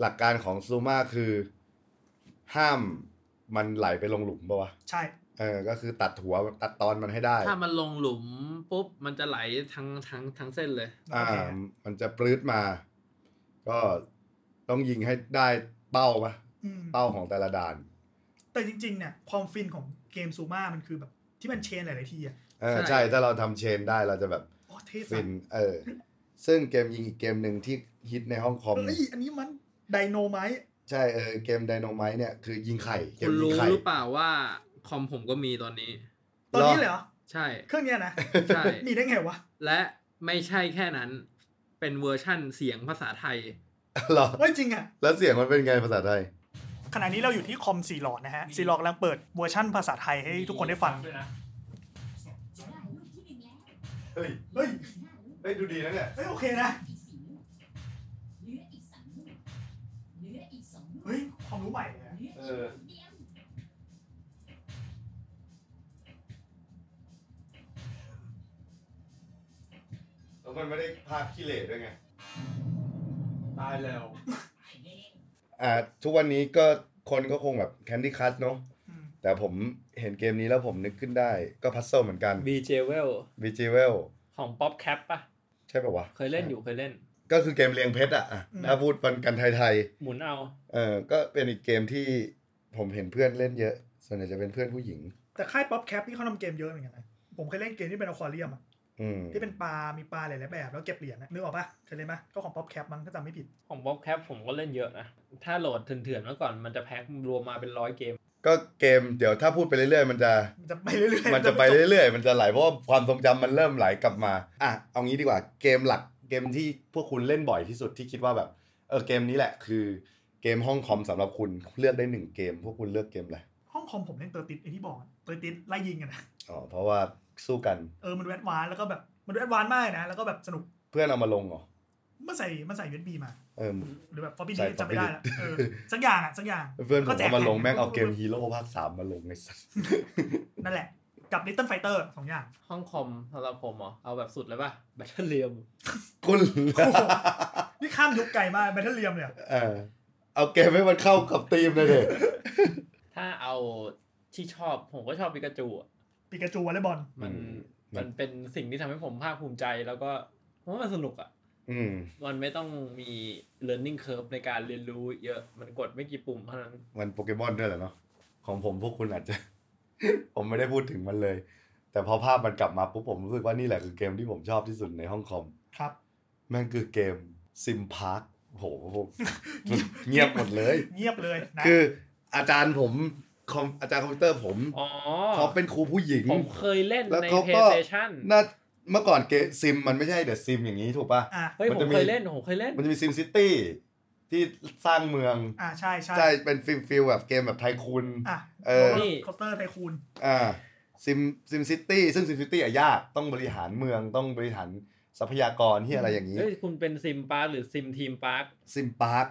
หลักการของซูมาคือ ห้ามมันไหลไปลงหลุมปะวะ ใช่ เออก็คือตัดหัวตัดตอนมันให้ได้ ถ้ามันลงหลุมปุ๊บ มันจะไหลทั้งทั้งทั้งเส้นเลย อ่า มันจะปลืดมา ก็ต้องยิงให้ได้เป้าปะ อืม เป้าของแต่ละด่าน แต่จริง ๆ เนี่ย ความฟินของเกมซูมามันคือแบบ ที่มันเชนหลาย ๆ ทีอ่ะ เออ ใช่ ใช่ถ้าเราทำเชนได้เราจะแบบ โอ้เท่สั ฟิ ส น เออ ซึ่งเกมยิงอีกเกมหนึ่งที่ฮิตในห้องคอม เอ้ย อันนี้มันไดโนไมท์ ใช่เออเกมไดโนไมท์เนี่ยคือยิงไข่เก คุ ม ณ ยิง รู้ ไข่ หรือเปล่าว่าคอมผมก็มีตอนนี้ ตอนนี้เลยเหรอ ใช่ เครื่องเนี้ยนะ ใช่ มีได้ไงวะ และไม่ใช่แค่นั้น เป็นเวอร์ชั่นเสียงภาษาไทย เหรอ เฮ้ยจริงอ่ะ แล้วเสียงมันเป็นไงภาษาไทย ขณะนี้เราอยู่ที่คอมสีหลอดนะฮะสีหลอดกำลังเปิดเวอร์ชั่นภาษาไทยให้ทุกคนได้ฟัง เฮ้ย เฮ้ย เฮ้ยดูดีนะเนี่ย เฮ้ย โอเคนะ เฮ้ย ความรู้ใหม่เลยอะ เออ แล้วมันไม่ได้ภาพขี้เหร่ด้วยไง ตายแล้ว อ่าทุกวันนี้ก็คนก็คงแบบแคนดี้คัทเนาะ อืม แต่ผมเห็นเกมนี้แล้วผมนึกขึ้นได้ก็พัซเซิลเหมือนกัน BJ w e l วิจิเวล ของ Pop Cap ปะ ใช่ป่าววะ เคยเล่นอยู่เคยเล่น ก็คือเกมเรียงเพชรอะอ่ะถ้าพูดเป็นกันไทยๆ หมุนเอา เออก็เป็นอีกเกมที่ผมเห็นเพื่อนเล่นเยอะ ส่วนใหญ่จะเป็นเพื่อนผู้หญิง แต่ค่ายป๊อปแคปนี่เขาทำเกมเยอะเหมือนกันนะผมเคยเล่นเกมที่เป็นอควาเรียมอะ อืม ที่เป็นปลา มีปลาหลายๆแบบ แล้วเก็บเหรียญนะนึกออกปะเคยเล่นปะก็ของป๊อปแคปมั้งถ้าจำไม่ผิด ของ Pop Cap ผมก็เล่นเยอะนะ ถ้าโหลดเถื่อนๆเมื่อก่อนมันจะแพ็ครวมมาเป็นร้อยเกม ก็เกมเดี๋ยวถ้าพูดไปเรื่อยๆ มัน *laughs* จะ มันจะไปเรื่อยๆ มันจะไปเรื่อยๆ มันจะไหลเพราะว่าความทรงจำมันเริ่มไหลกลับมา อ่ะเอางี้ดีกว่าเกมหลักเก มที่พวกคุณเล่นบ่อยที่สุดที่คิดว่าแบบเออเกมนี้แหละ คือเกมห้องคอมสำหรับคุณเลือกได้หนึ่งเกม พวกคุณเลือกเกมอะไร ห้องคอมผมเล่นเตอร์ติดไอที่บอกอะเตอร์ติดไล่ยิงกันนะ อ๋อเพราะว่าสู้กัน เออมันแวดวานแล้วก็แบบมันแวดวานมากนะแล้วก็แบบสนุก เพื่อนเอามาลงเหรอ มันใส่มันใส่ USB มา เออ หรือแบบฟอร์บิด ใส่ จำไม่ได้ละ Forbidden เออสักอย่างอ่ะสักอย่าง เพื่อนผม ก็แจก เอามาลงแม่ง ผ่น เอาเก *laughs* มฮีโร่ภาคสามมาลงในสัตว์ นั่นแหละ กับ Little Fighter สองอย่าง ห้องคอมสำหรับผมเหรอเอาแบบสุดเลยป่ะแบทเทิลเลียม คุณ *laughs* นี่ข้ามยุคไกลมากแบทเทิลเลียมเลยอะ เออเอาเกมให้มันเข้ากับธีมเลยเด็ก ถ้าเอาที่ชอบผมก็ชอบปิกาจูอะ ปิกาจูวอลเลย์บอล มันมันเป็นสิ่งที่ทำให้ผมภาคภูมิใจแล้วก็ผมว่ามันสนุกอ่ะ อืม มันไม่ต้องมี learning curve ในการเรียนรู้เยอะ มันกดไม่กี่ปุ่มเท่านั้น มันโปเกมอนด้วยแหละเนาะของผมพวกคุณอาจจะ *laughs* ผมไม่ได้พูดถึงมันเลย แต่พอภาพมันกลับมาปุ๊บผมรู้สึกว่านี่แหละคือเกมที่ผมชอบที่สุดในห้องคอม ครับ แม่งคือเกมซิมพาร์คโหผมเงียบหมดเลย เงียบเลยนะ คืออาจารย์ผมคอมอาจารย์คอมพิวเตอร์ผม อ๋อ เขาเป็นครูผู้หญิง ผมเคยเล่น แล้ว ใน เขาก็ PlayStation น่าเมื่อก่อนเกมซิมมันไม่ใช่เดอะซิมอย่างนี้ถูกป่ะ อ่ะ เฮ้ย มัน ผม จะมี เคยเล่น ผมเคยเล่น มันจะมีซิมซิตี้ที่สร้างเมือง อ่ะใช่ใช่ ใช่เป็นฟิลฟิลแบบเกมแบบไทคูน อ่ะ เออ นี่คอปเตอร์ไทคูน อ่าซิมซิมซิตี้ซึ่งซิมซิตี้อะยากต้องบริหารเมืองต้องบริหารทรัพยากรที่อะไรอย่างนี้ เฮ้ย คุณเป็นซิมปาร์คหรือซิมทีมปาร์ค ซิมพาร์ค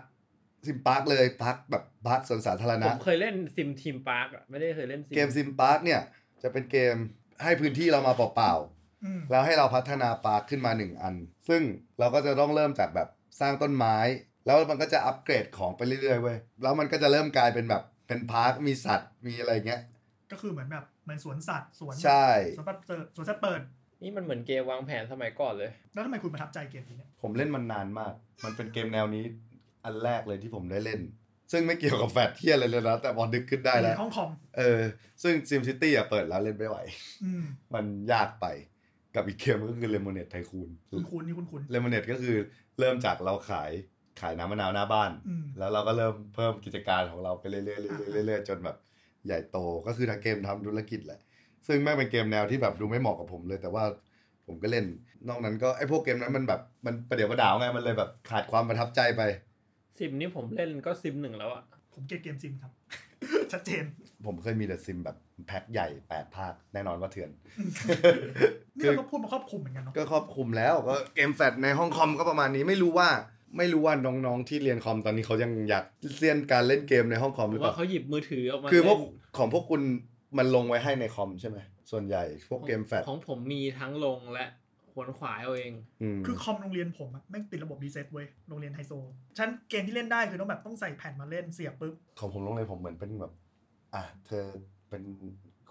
ซิมพาร์คเลยพาร์คแบบพาร์คสวนสาธาร ผ ณะ มเคยเล่นซิมทีมปาร์คอะไม่ได้เคยเล่นซิม เกมซิมพาร์คเนี่ย จะเป็นเกมให้พื้นที่เรามาเปล่า อืม ๆแล้วให้เราพัฒนาปาร์คขึ้นมาหนึ่งอัน ซึ่งเราก็จะต้องเริ่มจากแบบสร้างต้นไม้ แล้วมันก็จะอัปเกรดของไปเรื่อยๆเว้ยแล้วมันก็จะเริ่มกลายเป็นแบบเป็นพาร์คมีสัตว์มีอะไรเงี้ย ก็คือเหมือนแบบเหมือนสวนสัตว์สวน ใช่ สวนสัตว์เปิดสวนสัตว์เปิด นี่มันเหมือนเกมวางแผนสมัยก่อนเลย แล้วทำไมคุณประทับใจเกมนี้เนี่ย ผมเล่นมันนานมาก มันเป็นเกมแนวนี้อันแรกเลยที่ผมได้เล่น ซึ่งไม่เกี่ยวกับแฟดเทียอะไรเลยนะ แต่พอดึกขึ้นได้แล้ว ในห้องคอม เออ ซึ่งซิมซิตี้อ่ะเปิดแล้วเล่นไม่ไหว อืม มันยากไป กับอีกเกมก็คือเลมอนเน t ไทคูน คุณคุณนี่คุณคุณ เลมอนเน e ก็คือเริ่มจากเราขายขายน้ำมะนาวหน้าบ้าน อืม แล้วเราก็เริ่มเพิ่มกิจการของเราไปเรื่อยๆเรื่อยๆเรื่อยๆจนแบบใหญ่โตก็คือทางเกมทำธุรกิจแหละ ซึ่งแม่งเป็นเกมแนวที่แบบดูไม่เหมาะกับผมเลย แต่ว่าผมก็เล่น นอกนั้นก็ไอ้พวกเกมนั้นมันแบบมันประเดี๋ยวประดาวไงมันเลยแบบขาดความประทับใจไป ซิมนี่ผมเล่นก็ซิมหนึ่งแล้วอะ ผมเกลียดเกมซิมครับ *laughs* ชัดเจน ผมเคยมีแต่ซิมแบบแพ็คใหญ่แปดภาคแน่นอนว่าเถื่อน นี่เราก็พูดมาครอบคลุมเหมือนกันเนาะ ก็ครอบคลุมแล้วก็เกมแฟดในห้องคอมก็ประมาณนี้ไม่รู้ว่า ไม่รู้ว่าน้องๆที่เรียนคอมตอนนี้เขายังอยากเรียนการเล่นเกมในห้องคอมหรือเป ว่า ล่า เขาหยิบมือถือออกมา คือพวก เล่น ของพวกคุณมันลงไว้ให้ในคอมใช่ไหมส่วนใหญ่พวกเกมแฟด ของผมมีทั้งลงและขวนขวายเอาเอง อืม คือคอมโรงเรียนผมอะแม่งติดระบบรีเซ็ตเว้ยโรงเรียนไฮโซฉันเกมที่เล่นได้คือต้องแบบต้องใส่แผ่นมาเล่นเสียบปุ๊บ ของผมลงเลยผมเหมือนเป็นแบบ อ่ะเธอเป็น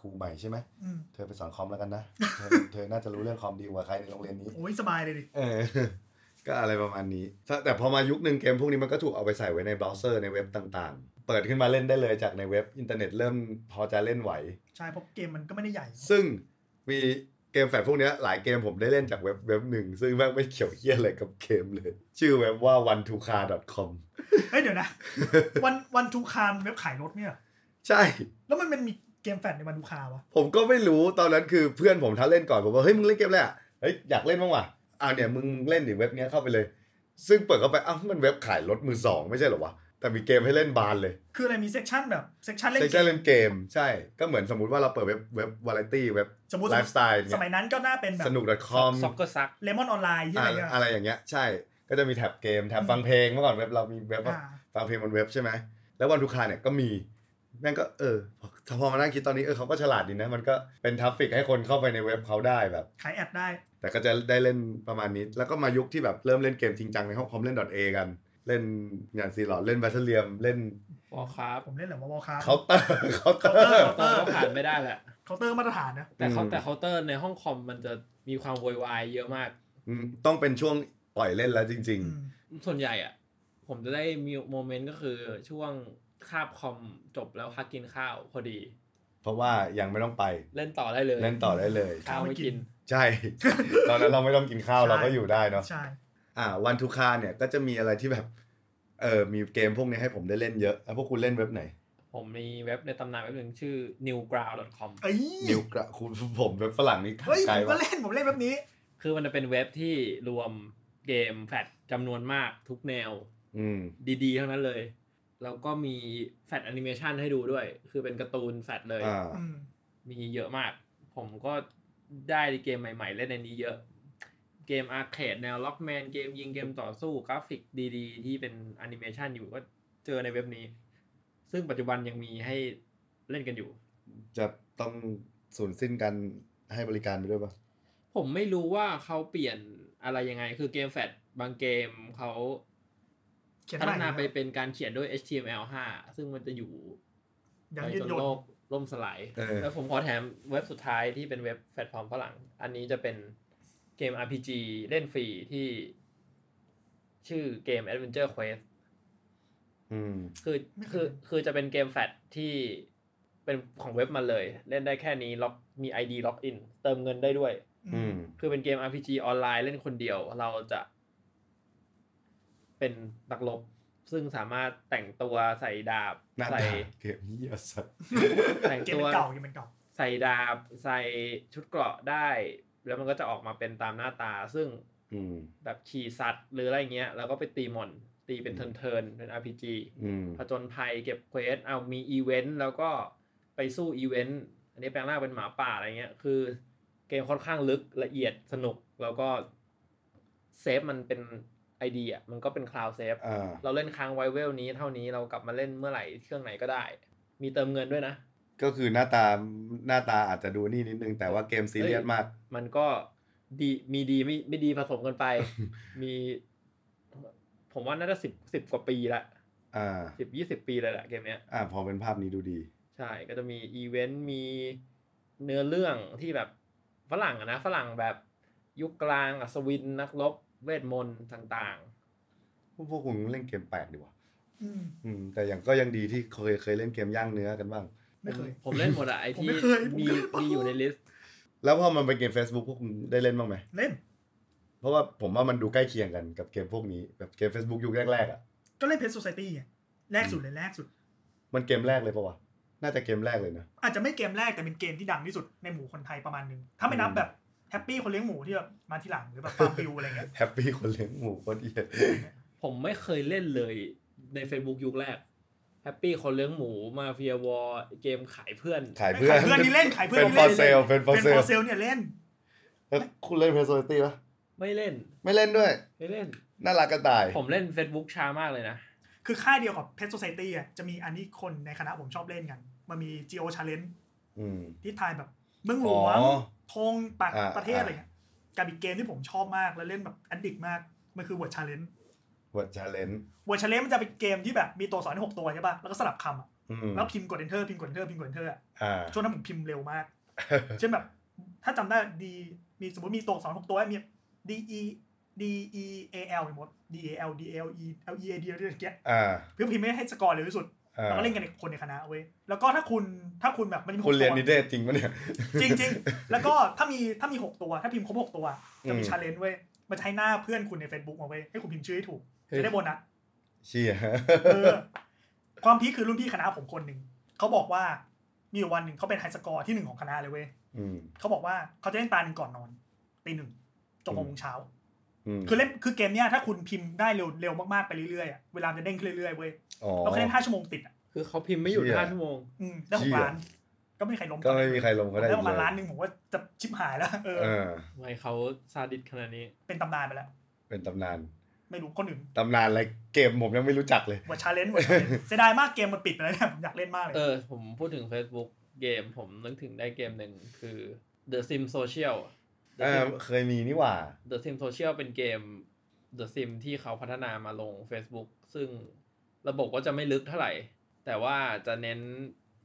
ครูใหม่ใช่ไหม อืม เธอไปสอนคอมแล้วกัน *laughs* นะเธอเธอน่าจะรู้เรื่องคอมดีกว่าใครในโรงเรียนนี้ โอ้ยสบายเลยดิ เออ *laughs* ก็อะไรประมาณนี้ถ้าแต่พอมายุคหนึ่งเกมพวกนี้มันก็ถูกเอาไปใส่ไว้ในเบราว์เซอร์ในเว็บต่างๆ เปิดขึ้นมาเล่นได้เลยจากในเว็บอินเทอร์เน็ตเริ่มพอจะเล่นไหว ใช่เพราะเกมมันก็ไม่ได้ใหญ่ ซึ่งมีเกมแฝดพวกเนี้ยหลายเกมผมได้เล่นจากเว็บเว็บหนึ่ง ซึ่งแม่งไม่เกี่ยวเหี้ยอะไรกับเกมเลย ชื่อเว็บว่า one to car com เฮ้ยเดี๋ยวนะ *laughs* วันวันทูคามเว็บขายรถเนี่ย ใช่ แล้วมันเป็นมีเกมแฟนในวันทูคาวะ ผมก็ไม่รู้ตอนนั้นคือเพื่อนผมท้าเล่นก่อน ผมว่า เฮ้ย มึงเล่นเกมอะไรอ่ะเฮ้ย อยากเล่นบ้างว่ะอ้าวเนี่ย มึงเล่นดิเว็บเนี้ยเข้าไปเลย ซึ่งเปิดเข้าไปอ้าวมันเว็บขายรถมือสองไม่ใช่เหรอวะแต่มีเกมให้เล่นบานเลย คืออะไรมีเซกชันแบบเซกชันเล่น เซ็ก เก ชัน ม เล่นเกมใช่ ก็เหมือนสมมติว่าเราเปิดเว็บเว็บวาไรตี้เว็บ สมมติ ไลฟ์สไตล์ สมัยนั้นก็น่าเป็นแบบ สนุก .com ซ็อกเกอร์ซัก เลมอนออนไลน์ใช่ไห อะ มเนี่ย อะไรอย่างเงี้ยใช่ ก็จะมีแท็บเกมแท็บฟังเพลงเมื่อก่อนเว็บเรามีเว็บว่า อ่า ฟังเพลงบนเว็บใช่ไหมแล้ววันทุกคาเนี่ยก็มีแม่งก็เออพอพอมานั่งคิดตอนนี้เออเขาก็ฉลาดดีนะ มันก็เป็นทัฟฟิกให้คนเข้าไปในเว็บเขาได้แบบ ขายแอดได้ แต่ก็จะได้เล่นประมาณนี้ แล้วก็มายุคที่แบบเริ่มเล่นเกมจริงจังในห้องคอมเล่น .a กัน เล่นอย่างซีหลอดเล่นแบทเทิลเลียมเล่น วอลคราฟ ผมเล่นแหละว่าวอลคา เคาน์เตอร์เคาน์เตอ เออ ร์ ตอนก็ผ่านไม่ได้แหละ เคาน์เตอร์มาตรฐานนะ แต่เขา อืม แต่เคาน์เตอร์ในห้องคอมมันจะมีความโวยวายเยอะมาก อืมต้องเป็นช่วงปล่อยเล่นแล้วจริง อื ๆ ม ส่วนใหญ่อะผมจะได้มีโมเมนต์ก็คือช่วงคาบคอมจบแล้วพักกินข้าวพอดี เพราะว่ายังไม่ต้องไป เล่นต่อได้เลย เล่นต่อได้เลย ข้าวไม่กิน ใช่ ตอนนั้นเราไม่ต้องกินข้าวเราก็อยู่ได้เนาะ ใช่ อ่าวันทุกคาเนี่ยก็จะมีอะไรที่แบบ เออมีเกมพวกนี้ให้ผมได้เล่นเยอะแล้วพวกคุณเล่นเว็บไหน ผมมีเว็บในตำนานเว็บหนึ่งชื่อ newground.com เอ้ย นิวกระคุณผมเว็บฝรั่งนี่ เฮ้ย ไก ผมลก็ วะ เล่นผมเล่นแบบนี้ คือมันจะเป็นเว็บที่รวม เกมแฟลชจำนวนมากทุกแนว อืม ดีๆทั้งนั้นเลย แล้วก็มีแฟลชแอนิเมชันให้ดูด้วย คือเป็นการ์ตูนแฟลชเลย อ่า อืม มีเยอะมาก ผมก็ได้เกมใหม่ๆ เล่นในนี้เยอะ เกมอาร์เคดแนวล็อกแมนเกมยิงเกมต่อสู้กราฟิกดีๆ ที่เป็นแอนิเมชันอยู่ก็เจอในเว็บนี้ ซึ่งปัจจุบันยังมีให้เล่นกันอยู่ จะต้องสูญสิ้นการให้บริการไปด้วยป่ะ ผมไม่รู้ว่าเขาเปลี่ยนอะไรยังไง คือเกมแฟลชบางเกมเขา เขียน พั ให ฒ ม่ นาไปเป็นการเขียนด้วย HTML5 ซึ่งมันจะอยู่ ยัง ไป ยื จ ด น หยุ่น โลกล่มสลาย เออ แล้วผมขอแถมเว็บสุดท้ายที่เป็นเว็บแพลตฟอร์มฝรั่ง อันนี้จะเป็นเกม RPG เล่นฟรีที่ชื่อเกม Adventure Quest อืม คือคือคือจะเป็นเกมแฟลตที่เป็นของเว็บมันเลย เล่นได้แค่นี้ล็อกมี ID ล็อกอินเติมเงินได้ด้วย อื อื ม ม คือเป็นเกม RPG ออนไลน์เล่นคนเดียว เราจะ เป็นนักรบซึ่งสามารถแต่งตัวใส่ดาบ หน้า ใส่ ตาเกมเหี้ยสัตว์ แต่ง เกม ตั มั ว นเก่าเกมมันเก่า ใส่ดาบใส่ชุดเกราะได้ แล้วมันก็จะออกมาเป็นตามหน้าตา ซึ่ง อืม แบบขี่สัตว์ หรืออะไรเงี้ย แล้วก็ไปตีมอน ตีเป็นเทิร์นเทินๆเป็น RPG อืม ผจญภัยเก็บเควสเอามีอีเวนต์แล้วก็ไปสู้อีเวนต์อันนี้แปลงร่างเป็นหมาป่าอะไรเงี้ย คือเกมค่อนข้างลึกละเอียดสนุกแล้วก็เซฟมันเป็นไอเดียมันก็เป็นคลาวเซฟ อ่า เราเล่นค้างไวเวลนี้เท่านี้เรากลับมาเล่นเมื่อไหร่เครื่องไหนก็ได้ มีเติมเงินด้วยนะ ก็คือหน้าตาหน้าตาอาจจะดูนี่นิดนึง แต่ว่าเกมซีเรียสมาก มันก็ดีมีดีไม่ไม่ดีผสมกันไป มี ผมว่าน่าจะสิบสิบกว่าปีละ อ่า สิบยี่สิบปีเลยแหละเกมเนี้ย อ่า พอเป็นภาพนี้ดูดี ใช่ก็จะมีอีเวนต์มีเนื้อเรื่องที่แบบฝรั่งอะนะ ฝรั่งแบบยุคกลางอัศวินนักรบเวทมนต์ต่าง พวกพวกคุณเล่นเกมแปลกดีกว่า อืม อืม แต่อย่างก็ยังดีที่เคยเคยเล่นเกมย่างเนื้อกันบ้าง ๆ ไม่เคย ผมผมเล่นหมดอะไอ ผม ที่ ไม่เคยผม มี ก็เล่น *laughs* บ้าง มีอยู่ในลิสต์ แล้วพอมันเป็นเกม Facebook พวกคุณได้เล่นบ้างไหม เล่น เพราะว่าผมว่ามันดูใกล้เคียงกันกับเกมพวกนี้แบบเกม Facebook ยุคแรกๆอ่ะ ก็เล่นเพจโซซตี้ไงแรกสุดเลยแรกสุด มันเกมแรกเลยปะวะ น่าจะเกมแรกเลยนะ อาจจะไม่เกมแรกแต่เป็นเกมที่ดังที่สุดในหมู่คนไทยประมาณนึง ถ้าไม่นับแบบแฮปปี้คนเลี้ยงหมูที่แบบมาที่หลังหรือแบบฟาร์มบิวอะไรเงี้ย แฮปปี้คนเลี้ยงหมูคนเอียด ผมไม่เคยเล่นเลยใน Facebook ยุคแรกแฮปปี้คนเลี้ยงหมูมาเฟียวอเกมขายเพื่อน ขายเพื่อน ขายเพื่อนนี่เล่นขายเพื่อน เป็น นี่ ฟอ เล่น ร์เซลเป็นฟอ เป็ ร์ น เซ ฟ ล อร์เซลเนี่ยเล่น แล้วคุณเล่นเพลโซลิตี้ปะ ไม่เล่น ไม่เล่นด้วย ไม่เล่น น่ารักกระต่าย ผมเล่น Facebook ช้ามากเลยนะ คือค่ายเดียวกับเพจโซซตี้อ่ะจะมีอันนี้คนในคณะผมชอบเล่นกัน มันมี Geo Challenge อืม ที่ทายแบบเมืองหลวง อ๋อ ธงปัก อ่า ประเทศอะไรเงี้ยกับอีกเกมที่ผมชอบมากแล้วเล่นแบบอันดิกมากมันคือ Word Challenge วัดชาเลนจ์ Word Challenge มันจะเป็นเกมที่แบบมีตัวอักษรให้หกตัวใช่ป่ะแล้วก็สลับคำอะ อืม แล้วพิมพ์กด enter พิมพ์กด enter พิมพ์กด enter อะ *laughs* อ่า ช่วงนั้นผมพิมพ์เร็วมาก เช่นแบบ ถ้าจำได้ดีมีสมมติมีตัวสองหกตัวมี D E D E A L ไปหมด D A L D L E L E A D อะไรอย่างเงี้ย อ่า เพื่อพิมพ์ให้สกอร์เร็วที่สุด อ่า แล้วก็เล่นกันกับคนในคณะเว้ยแล้วก็ถ้าคุณถ้าคุณแบบมันจะมีหก คุณเรียน ตัว นิเทศจริงปะเนี่ย จริงจริงแล้วก็ถ้ามีถ้ามีหกตัว ถ้าพิมพ์ครบหกตัว จะมี อืม ชาเลนจ์เว้ยมันจะให้หน้าเพื่อนคุณใน Facebook มาเว้ยให้คุณพิมพ์ชื่อให้ถูก เฮ้ย จะได้โบนัส เชี่ย *laughs* เออความพีคคือรุ่นพี่คณะผมคนหนึ่งเขาบอกว่ามีอยู่วันหนึ่งเขาเป็นไฮสกอร์ที่หนึ่งของคณะเลยเว้ย อืม เขาบอกว่าเขาจะเล่นตาหนึ่งก่อนนอนตีหนึ่งจบหกโมงเช้า อืม คือเล่นคือเกมเนี้ยถ้าคุณพิมพ์ได้เร็วเร็วมากๆไปเรื่อยๆอะเวลามันจะเด้งขึ้นเรื่อยๆเว้ย อ๋อ เราแค่เล่นห้าชั่วโมงติดอะ คือเขาพิมพ์ไม่หยุด เชี่ย ห้าชั่วโมง อืมได้ห เชี่ ก ย ล้าน ก็ไม่มีใครล้ม ก็ไม่มีใครลง ผ ก็ ม ได้ ได้ประมาณ เลย ล้านหนึ่งผมว่าจะชิบหายแล้วเออ เออ ทำไมเขาซาดิสขนาดนี้ เป็นตำนานไปแล้ว เป็นตำนาน ไม่รู้คนอื่น ตำนานอะไรเกมผมยังไม่รู้จักเลย ว่าชาเลนจ์ว่า *laughs* เสียดายมากเกมมันปิดไปแล้วเนี่ยผมอยากเล่นมากเลย เออ ผมพูดถึง Facebook เกม ผมนึกถึงได้เกมหนึ่งคือ The Sim Social เอ The อ Sim, เคยมีนี่หว่า The Sim Social เป็นเกม The Sim ที่เขาพัฒนามาลง Facebook ซึ่งระบบก็จะไม่ลึกเท่าไหร่ แต่ว่าจะเน้น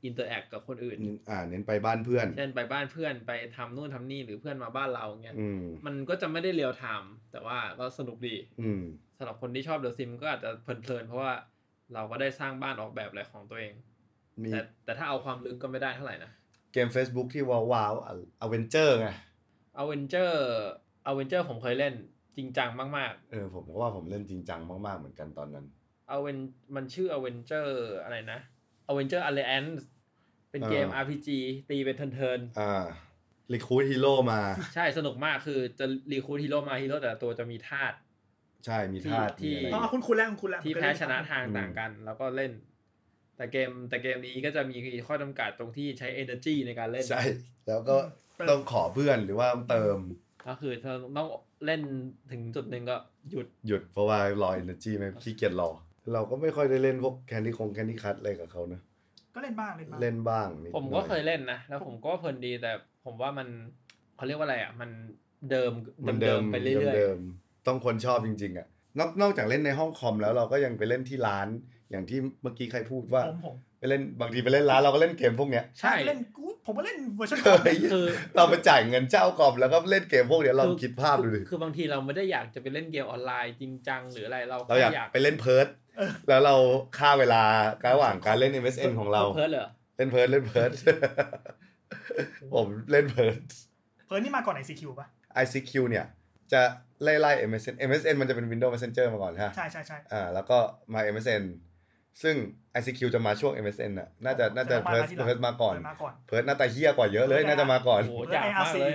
อินเตอร์แอคกับคนอื่น อ่า เน้นไปบ้านเพื่อน เช่นไปบ้านเพื่อนไปทำนู่นทำนี่หรือเพื่อนมาบ้านเราเงี้ย อืม มันก็จะไม่ได้เรียลไทม์แต่ว่าก็สนุกดี อืม สำหรับคนที่ชอบ The Sim ก็อาจจะเพลินๆเพราะว่าเราก็ได้สร้างบ้านออกแบบอะไรของตัวเอง มี แต่แต่ถ้าเอาความลึกก็ไม่ได้เท่าไหร่นะ เกม Facebook ที่ว้าวว้าวอเวนเจอร์ไง อเวนเจอร์อเวนเจอร์ผมเคยเล่นจริงจังมาก เออ ผมก็ว่าผมเล่นจริงจังมาก ๆ เหมือนกันตอนนั้น ๆอเวนมันชื่ออเวนเจอร์อะไรนะอเวนเจอร์อ l ล a n นเป็นเกม อ่า RPG ตีเป็นเทิร์น อ่ารีคูดฮีโร่มา ๆใช่สนุกมากคือจะรีคูดฮีโร่มาฮีโร่แต่ละตัวจะมีธาตุ ใช่มีธาตุ ที่ มีอะไร อ๋อคุณคุณแล้วคุณคุณแล้ว ที่ ผมก็ แพ้ เล่น ชนะทางต่างกัน แล้วก็เล่น แต่เกมแต่เกมนี้ก็จะมีข้อจำกัดตรงที่ใช้ energy ในการเล่น ใช่ แล้วก็ต้องขอเพื่อนหรือว่าเติม ก็คือเธอต้องเล่นถึงจุดหนึ่งก็หยุด หยุดเพราะว่ารอ energy ไม่ขี้เกียจรอ เราก็ไม่ค่อยได้เล่นพวกแคนดี้คงแคนดี้คัทอะไรกับเขานะ ก็เล่นบ้างเล่นบ้าง เล่นบ้างนิดหน่อ ผมก็เคยเล่นนะ แล้วผมก็เพลินดีแต่ผมว่ามันเขาเรียกว่าอะไรอ่ะ มันเดิม มัน เดิ เดิ ม ม ๆไปเรื่อย เดิมๆต้องคนชอบจริง ๆอ่ะนอกนอกจากเล่นในห้องคอมแล้วเราก็ยังไปเล่นที่ร้านอย่างที่เมื่อกี้ใครพูดว่า ผมผม ไปเล่นบางทีไปเล่นร้านเราก็เล่นเกมพวกเนี้ย ๆ ใช่ เล่นกูผมก็เล่นเวอร์ชัน เฮ้ย คือ เราไปจ่ายเงินเจ้ากอมแล้วก็เล่นเกมพวกเนี้ยลองคิดภาพดูดิ คือบางทีเราไม่ได้อยากจะไปเล่นเกมออนไลน์จริงจังหรืออะไรเรา เราอยากไปเล่นเพิร์ดแล้วเราฆ่าเวลาระหว่างการเล่น MSN ของเรา เพิร์ดเหรอ เล่นเพิร์ดเล่นเพิร์ด *laughs* ผมเล่นเพิร์ด เพิร์นนี่มาก่อนไอซีคิวป่ะ ICQ เนี่ย จะไล่ไล่ MSN MSN มันจะเป็น Windows Messenger มาก่อนใช่ไหม ใช่ใช่ใช่ อ่าแล้วก็มา MSN ซึ่ง ICQ จะมาช่วง MSN น่ะน่าจะน่าจะ จะมา เพิร์ด ทีหลัง เพิร์ดมาก่อน มาก่อน เพิร์ดหน้าตาเฮี้ยกว่าเยอะเลย เพิร์ท น่าจะมาก่อน โอ้โหอยากมากเลย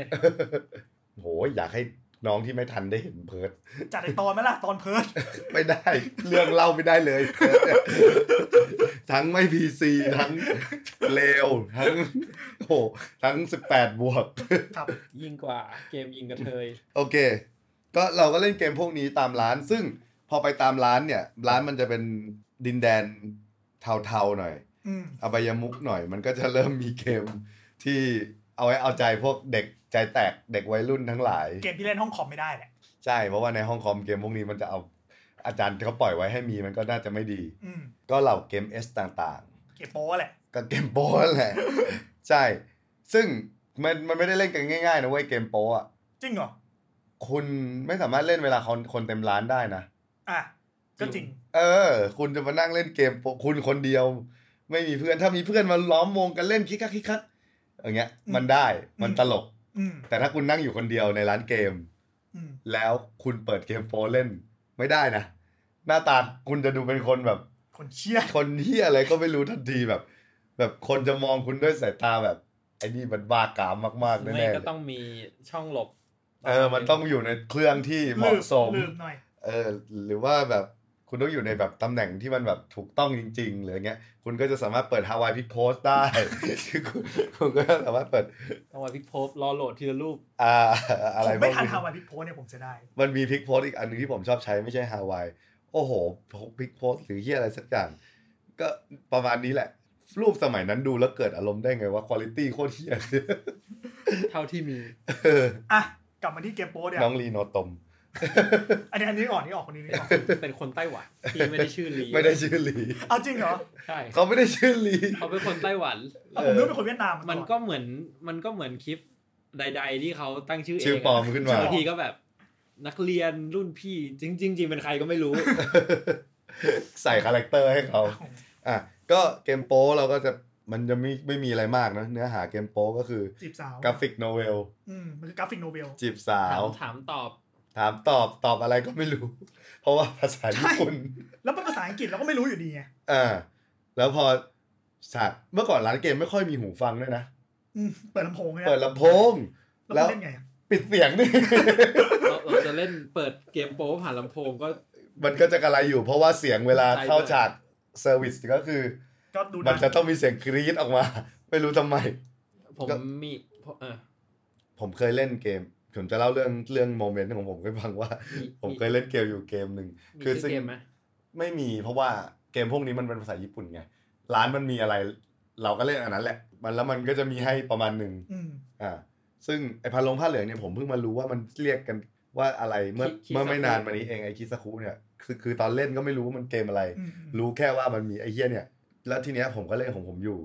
โหอยากให้น้องที่ไม่ทันได้เห็นเพิร์ด จัดไอตอนไหมล่ะตอนเพิร์น ไม่ได้ เรื่องเล่าไม่ได้เลย *laughs* เพิร์ทเนี่ยทั้งไม่พีซีทั้งเลวทั้งโอ้โหทั้ง 18 บวก ครับ ยิ่งกว่าเกมยิงกระเทย โอเค ก็เราก็เล่นเกมพวกนี้ตามร้าน ซึ่งพอไปตามร้านเนี่ย ร้านมันจะเป็นดินแดนเทาๆหน่อย อืม อบายมุกหน่อยมันก็จะเริ่มมีเกมที่เอาไว้เอาใจพวกเด็กใจแตกเด็กวัยรุ่นทั้งหลาย เกมที่เล่นห้องคอมไม่ได้แหละ ใช่เพราะว่าในห้องคอมเกมพวกนี้มันจะเอาอาจารย์เขาปล่อยไว้ให้มีมันก็น่าจะไม่ดี อืม ก็เหล่าเกม S ต่าง เกมโป้แหละ ๆ ก็เกมโป้แหละ *laughs* ใช่ ซึ่งมันมันไม่ได้เล่นกันง่ายๆนะเว้ยเกมโป้อะ จริงเหรอ คุณไม่สามารถเล่นเวลาคนคนเต็มร้านได้นะ อ่ะ ก็จริง เออ คุณจะมานั่งเล่นเกมโปะคุณคนเดียว ไม่มีเพื่อนถ้ามีเพื่อนมาล้อมวงกันเล่นคิกคักคิกคักอย่างเงี้ย อืม มันได้มัน อืม ตลก อืม แต่ถ้าคุณนั่งอยู่คนเดียวในร้านเกม อืม แล้วคุณเปิดเกมโปเล่น ไม่ได้นะ หน้าตาคุณจะดูเป็นคนแบบ คนเชี่ย คนเฮียอะไรก็ไม่รู้ทันทีแบบ แบบคนจะมองคุณด้วยสายตาแบบไอ้นี่มันบ้ากามมากๆ ไม่ แน่ๆเล ก็ ย ต้องมีช่องหลบ เออ มันต้องอยู่ในเครื่องที่เหมาะสม ลืมหน่อย เออหรือว่าแบบคุณต้องอยู่ในแบบตำแหน่งที่มันแบบถูกต้องจริงๆหรืออย่างเงี้ย คุณก็จะสามารถเปิดฮาวายพิกโพสได้ *laughs* คือคุณคุณก็สามารถเปิด ต้องมาพลิกโพบรอโหลดทีละรูป อ่าอะไร ผมไม่ทัน พว ทำ ก ไวพิกโพสเนี่ยผมจะได้ มันมีพิกโพสอีกอันหนึงที่ผมชอบใช้ไม่ใช่ฮาวายโอ้โหพิกโพสหรือเฮียอะไรสักอย่าง ก็ประมาณนี้แหละ รูปสมัยนั้นดูแล้วเกิดอารมณ์ได้ไงว่าคุณ i t y โคตรเฮีย เท่าที่มี เออ อ่ะ กลับมาที่เกมโป้เนี่ย น้องลีโนตม อันนี้อันนี้ออกนี่ออกคนนี้นี่ออก *laughs* เป็นคนไต้หวันที่ไม่ได้ชื่อลี ไม่ได้ชื่อลี เอาจริงเหรอ ใช่ เขาไม่ได้ชื่อลี เขาเป็นคนไต้ห *laughs* วัน เอาผมนึกว่าเป็นคนเวียดนาม มัน ก่อ ก็เหมือนมันก็เหมือนคลิปใด ๆ ที่เขาตั้งชื่อเอง ชื่อปลอมขึ้นมา บางทีก็แบบนักเรียนรุ่นพี่จริงๆจริงๆเป็นใครก็ไม่รู้ ใส่คาแรคเตอร์ให้เขา ครับ อ่ะ ก็เกมโป้เราก็จะมันจะไม่ไม่มีอะไรมากนะเนื้อหาเกมโป้ก็คือ จีบสาว กราฟิกโนเวล อืมมันคือกราฟิกโนเวล จีบสา ถาว มถามตอบ ถามตอบตอบอะไรก็ไม่รู้ เพราะว่าภาษาญี่ปุ่น แล้วเป็นภาษาอังกฤษเราก็ไม่รู้อยู่ดีไง อ่าแล้วพอฉากเมื่อก่อนร้านเกมไม่ค่อยมีหูฟังด้วยนะ อืมเปิดลำโพงเนี่ย เปิดลำโพง แล้วมันเล่นไงอะ ปิด *laughs* เสียงนี่ เราเราจะเล่นเปิดเกมโป๊ผ่านลำโพงก็ มันก็จะกระไรอยู่ เพราะว่าเสียงเวลา ใช่ด้วย เข้าฉากเซอร์วิสก็คือ ก็ดูดัมัน ง จะต้องมีเสียงกรี๊ดออกมา *laughs* ไม่รู้ทำไม ผม ก็ มีเออ ผมเคยเล่นเกม ผมจะเล่าเรื่องเรื่องโมเมนต์ของผมให้ฟังว่า *laughs* มี ผม มี เคยเล่นเกมอยู่เกมหนึ่ง มี คือ ชื่อเกมไหม ไม่มีเพราะว่าเกมพวกนี้มันเป็นภาษาญี่ปุ่นไง ร้านมันมีอะไร เราก็เล่นอันนั้นแหละ มันแล้วมันก็จะมีให้ประมาณหนึ่ง อืม อ่าซึ่งไอ้พันลงผ้าเหลืองเนี่ยผมเพิ่งมารู้ว่ามันเรียกกันว่าอะไรเมื่อเมื่อไม่นานมานี้เองไอ้คิซาคุเนี่ยคือคือตอนเล่นก็ไม่รู้ว่ามันเกมอะไร อืมอืม รู้แค่ว่ามันมีไอ้เฮียเนี่ย แล้วทีเนี้ยผมก็เล่นของผมอยู่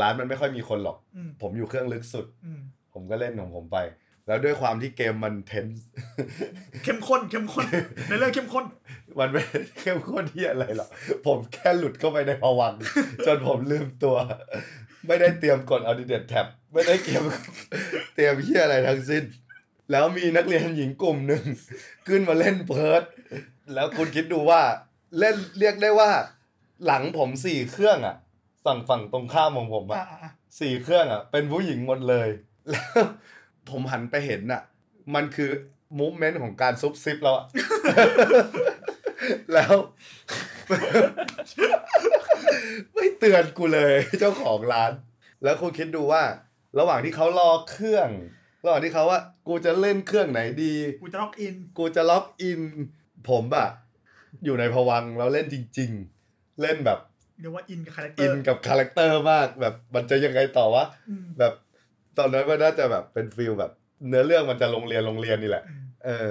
ร้านมันไม่ค่อยมีคนหรอก อืม ผมอยู่เครื่องลึกสุด อืม ผมก็เล่นของผมไป แล้วด้วยความที่เกมมันเทน เข้มข้นเข้ม *laughs* ข้นในเรื่องเข้มข้น มันไม่ *laughs* ได้เข้มข้นที่อะไรหรอก ผมแค่หลุดเข้าไปในภวังค์ *laughs* จนผมลืมตัว ไม่ได้เตรียมกด a u d i t e d tab ไม่ได้เตรียม *laughs* เตรียมเฮียอะไรทั้งสิ้น แล้วมีนักเรียนหญิงกลุ่มหนึ่ง *laughs* ขึ้นมาเล่นเพิร์ดแล้วคุณคิดดูว่า เล่นเรียกได้ว่า หลังผมสี่เครื่องอะสั่งฝั่งตรงข้ามของผม อ่า อะสี่ *laughs* เครื่องอะเป็นผู้หญิงหมดเลย แล้วผมหันไปเห็นอะมันคือ มูฟเมนต์ของการซุบซิบเราอะ *laughs* แล้ว *laughs* ไม่เตือนกูเลยเจ้าของร้าน แล้วคุณคิดดูว่า ระหว่างที่เขารอเครื่องระหว่างที่เขาว่ากูจะเล่นเครื่องไหนดี กูจะล็อกอิน กูจะล็อกอิน ผมอะอยู่ในพวังค์แล้วเล่นจริง ๆ เล่นแบบ เรียกว่าอินกับคาแรคเตอ อิน ร์ กับคาแรคเตอร์มากแบบมันจะยังไงต่อวะ อืม แบบตอนนั้นมันน่าจะแบบเป็นฟิลแบบ เนื้อเรื่องมันจะโรงเรียนโรงเรียนนี่แหละ อืม เออ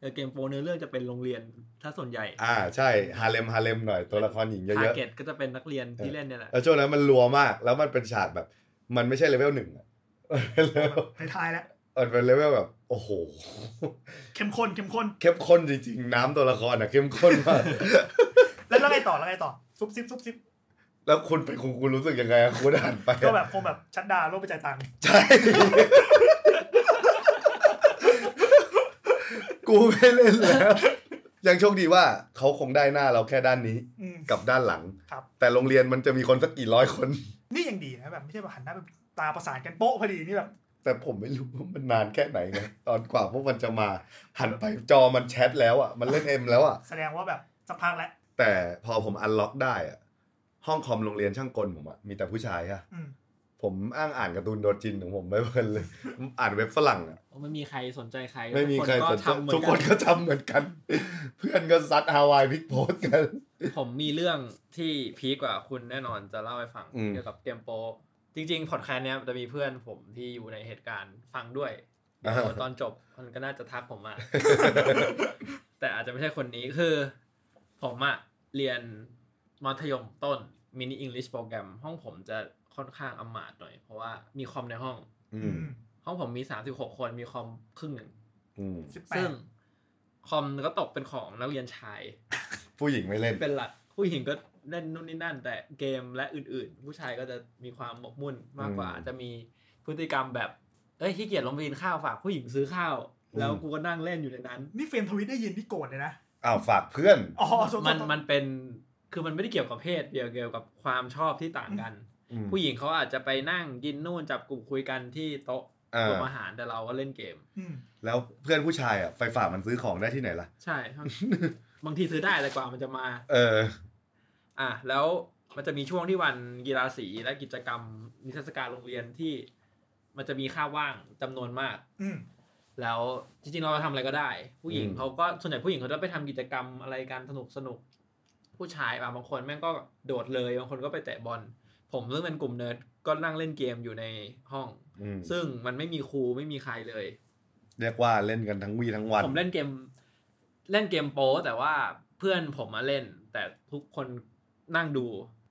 เออเกมโปรเนื้อเรื่องจะเป็นโรงเรียนถ้าส่วนใหญ่ อ่าใช่ฮาเลมฮาเลมหน่อยตัวละครหญิงเย ทา อะ ร์เก็ตก็จะเป็นนักเรียนที่เล่นเนี่ยแหละ ๆแล้วช่วงนั้นมันรัวมาก แล้วมันเป็นฉากแบบ มันไม่ใช่เลเวลหนึ่งอะ *laughs* มันเป็นเลเวล ท้ายๆแล้ว มันเป็นเลเวลแบบ โอ้โห เข้มข้นเข้มข้น เข้มข้นจริงๆ น้ำตัวละครอ่ะเข้มข้น *laughs* มาก แล้วแล้วไงต่อแล้วไงต่อ ซุบซิบซุบซิบ แล้วคุณเป็นคุณคุณรู้สึกยังไงอะคุณอ่านไปอะ ก็แบบคงแบบชัดดาวน์โลกไปจ่ายตังค์ ใช่ *laughs* กูไม่เล่นแล้ว ยังโชคดีว่าเขาคงได้หน้าเราแค่ด้านนี้ อืม กับด้านหลัง ครับ แต่โรงเรียนมันจะมีคนสักกี่ร้อยคน *laughs* นี่ยังดีนะแบบไม่ใช่แบบหันหน้าไปตาประสานกันโป๊ะพอดีนี่แบบ แต่ผมไม่รู้ว่ามันนานแค่ไหนนะ *laughs* ตอนกว่าพวกมันจะมา หันไปจอมันแชทแล้วอ่ะ มันเล่นเอ็มแล้วอ่ะ แสดงว่าแบบสักพักแล้ว แต่พอผมอันล็อกได้อ่ะ ห้องคอมโรงเรียนช่างกลผมอ่ะ มีแต่ผู้ชายค่ะ อืม ผมอ้างอ่านการ์ตูนโดจินของผมไม่เพลินเลย *laughs* ผมอ่านเว็บฝรั่งอ่ะ ไม่มีใครสนใจใคร ไม่มีใคร ทุก ส ก็ นทำใจเหมือ ทุกคน นกัน ก็ทำเหมือนกัน เพื่อน *laughs* ก็ซัดฮาวายพิกโพสกัน ผมมีเรื่องที่พีคกว่าคุณแน่นอนจะเล่าให้ฟัง อืม เกี่ยวกับเกมโปรจริงๆพอดแคสต์เนี้ยจะมีเพื่อนผมที่อยู่ในเหตุการณ์ฟังด้วย อ่า โอ้ตอนจบมันก็น่าจะทักผม *laughs* มา แต่อาจจะไม่ใช่คนนี้คือ ผมอะเรียนมัธยมต้นมินิอังกฤษโปรแกรม ห้องผมจะค่อนข้างอำมาตย์หน่อย เพราะว่ามีคอมในห้อง อืม ห้องผมมี 36 คนมีคอมครึ่งหนึ่ง อืม สิบแป ซึ่ ด งคอมก็ตกเป็นของนักเรียนชาย ผู้หญิงไม่เล่น เป็นหลักผู้หญิงก็เล่นนู่นนี่นั่น แต่เกมและอื่นๆ ผู้ชายก็จะมีความหมกมุ่นมากกว่า อืม จะมีพฤติกรรมแบบ เอ้ยขี้เกียจลงไปกินข้าวฝากผู้หญิงซื้อข้าว แล้ว อืม กูก็นั่งเล่นอยู่ในนั้น นี่เฟรมทวิตได้ยินนี่โกรธเลยนะ อ้าวฝากเพื่อน อ๋อสส มันมันเป็นคือมันไม่ได้เกี่ยวกับเพศเดียวเกี่ยวกับความชอบที่ต่างกัน อืม ผู้หญิงเขาอาจจะไปนั่งกินนู่นจับกลุ่มคุยกันที่โต๊ะ อ่ รวมา อาหารแต่เราก็เล่นเกม อืม แล้วเพื่อนผู้ชายอ่ะไปฝากมันซื้อของได้ที่ไหนล่ะ ใช่ *laughs* บางทีซื้อได้แต่กว่ามันจะมา เออ อ่ะแล้วมันจะมีช่วงที่วันกีฬาสีและกิจกรรมนิทรรศการโรงเรียนที่ มันจะมีค่าว่างจำนวนมาก อืม แล้วจริงๆเราทำอะไรก็ได้ ผู้หญิง อืม เขาก็ส่วนใหญ่ผู้หญิงเขาจะไปทำกิจกรรมอะไรกันสนุกสนุกผู้ชายอ่ะบางคนแม่งก็โดดเลยบางคนก็ไปเตะบอลผมซึ่งเป็นกลุ่มเนิร์ดก็นั่งเล่นเกมอยู่ในห้อง อืม ซึ่งมันไม่มีครูไม่มีใครเลย เรียกว่าเล่นกันทั้งวีทั้งวัน ผมเล่นเกมเล่นเกมโป๊แต่ว่าเพื่อนผมมาเล่น แต่ทุกคนนั่งดู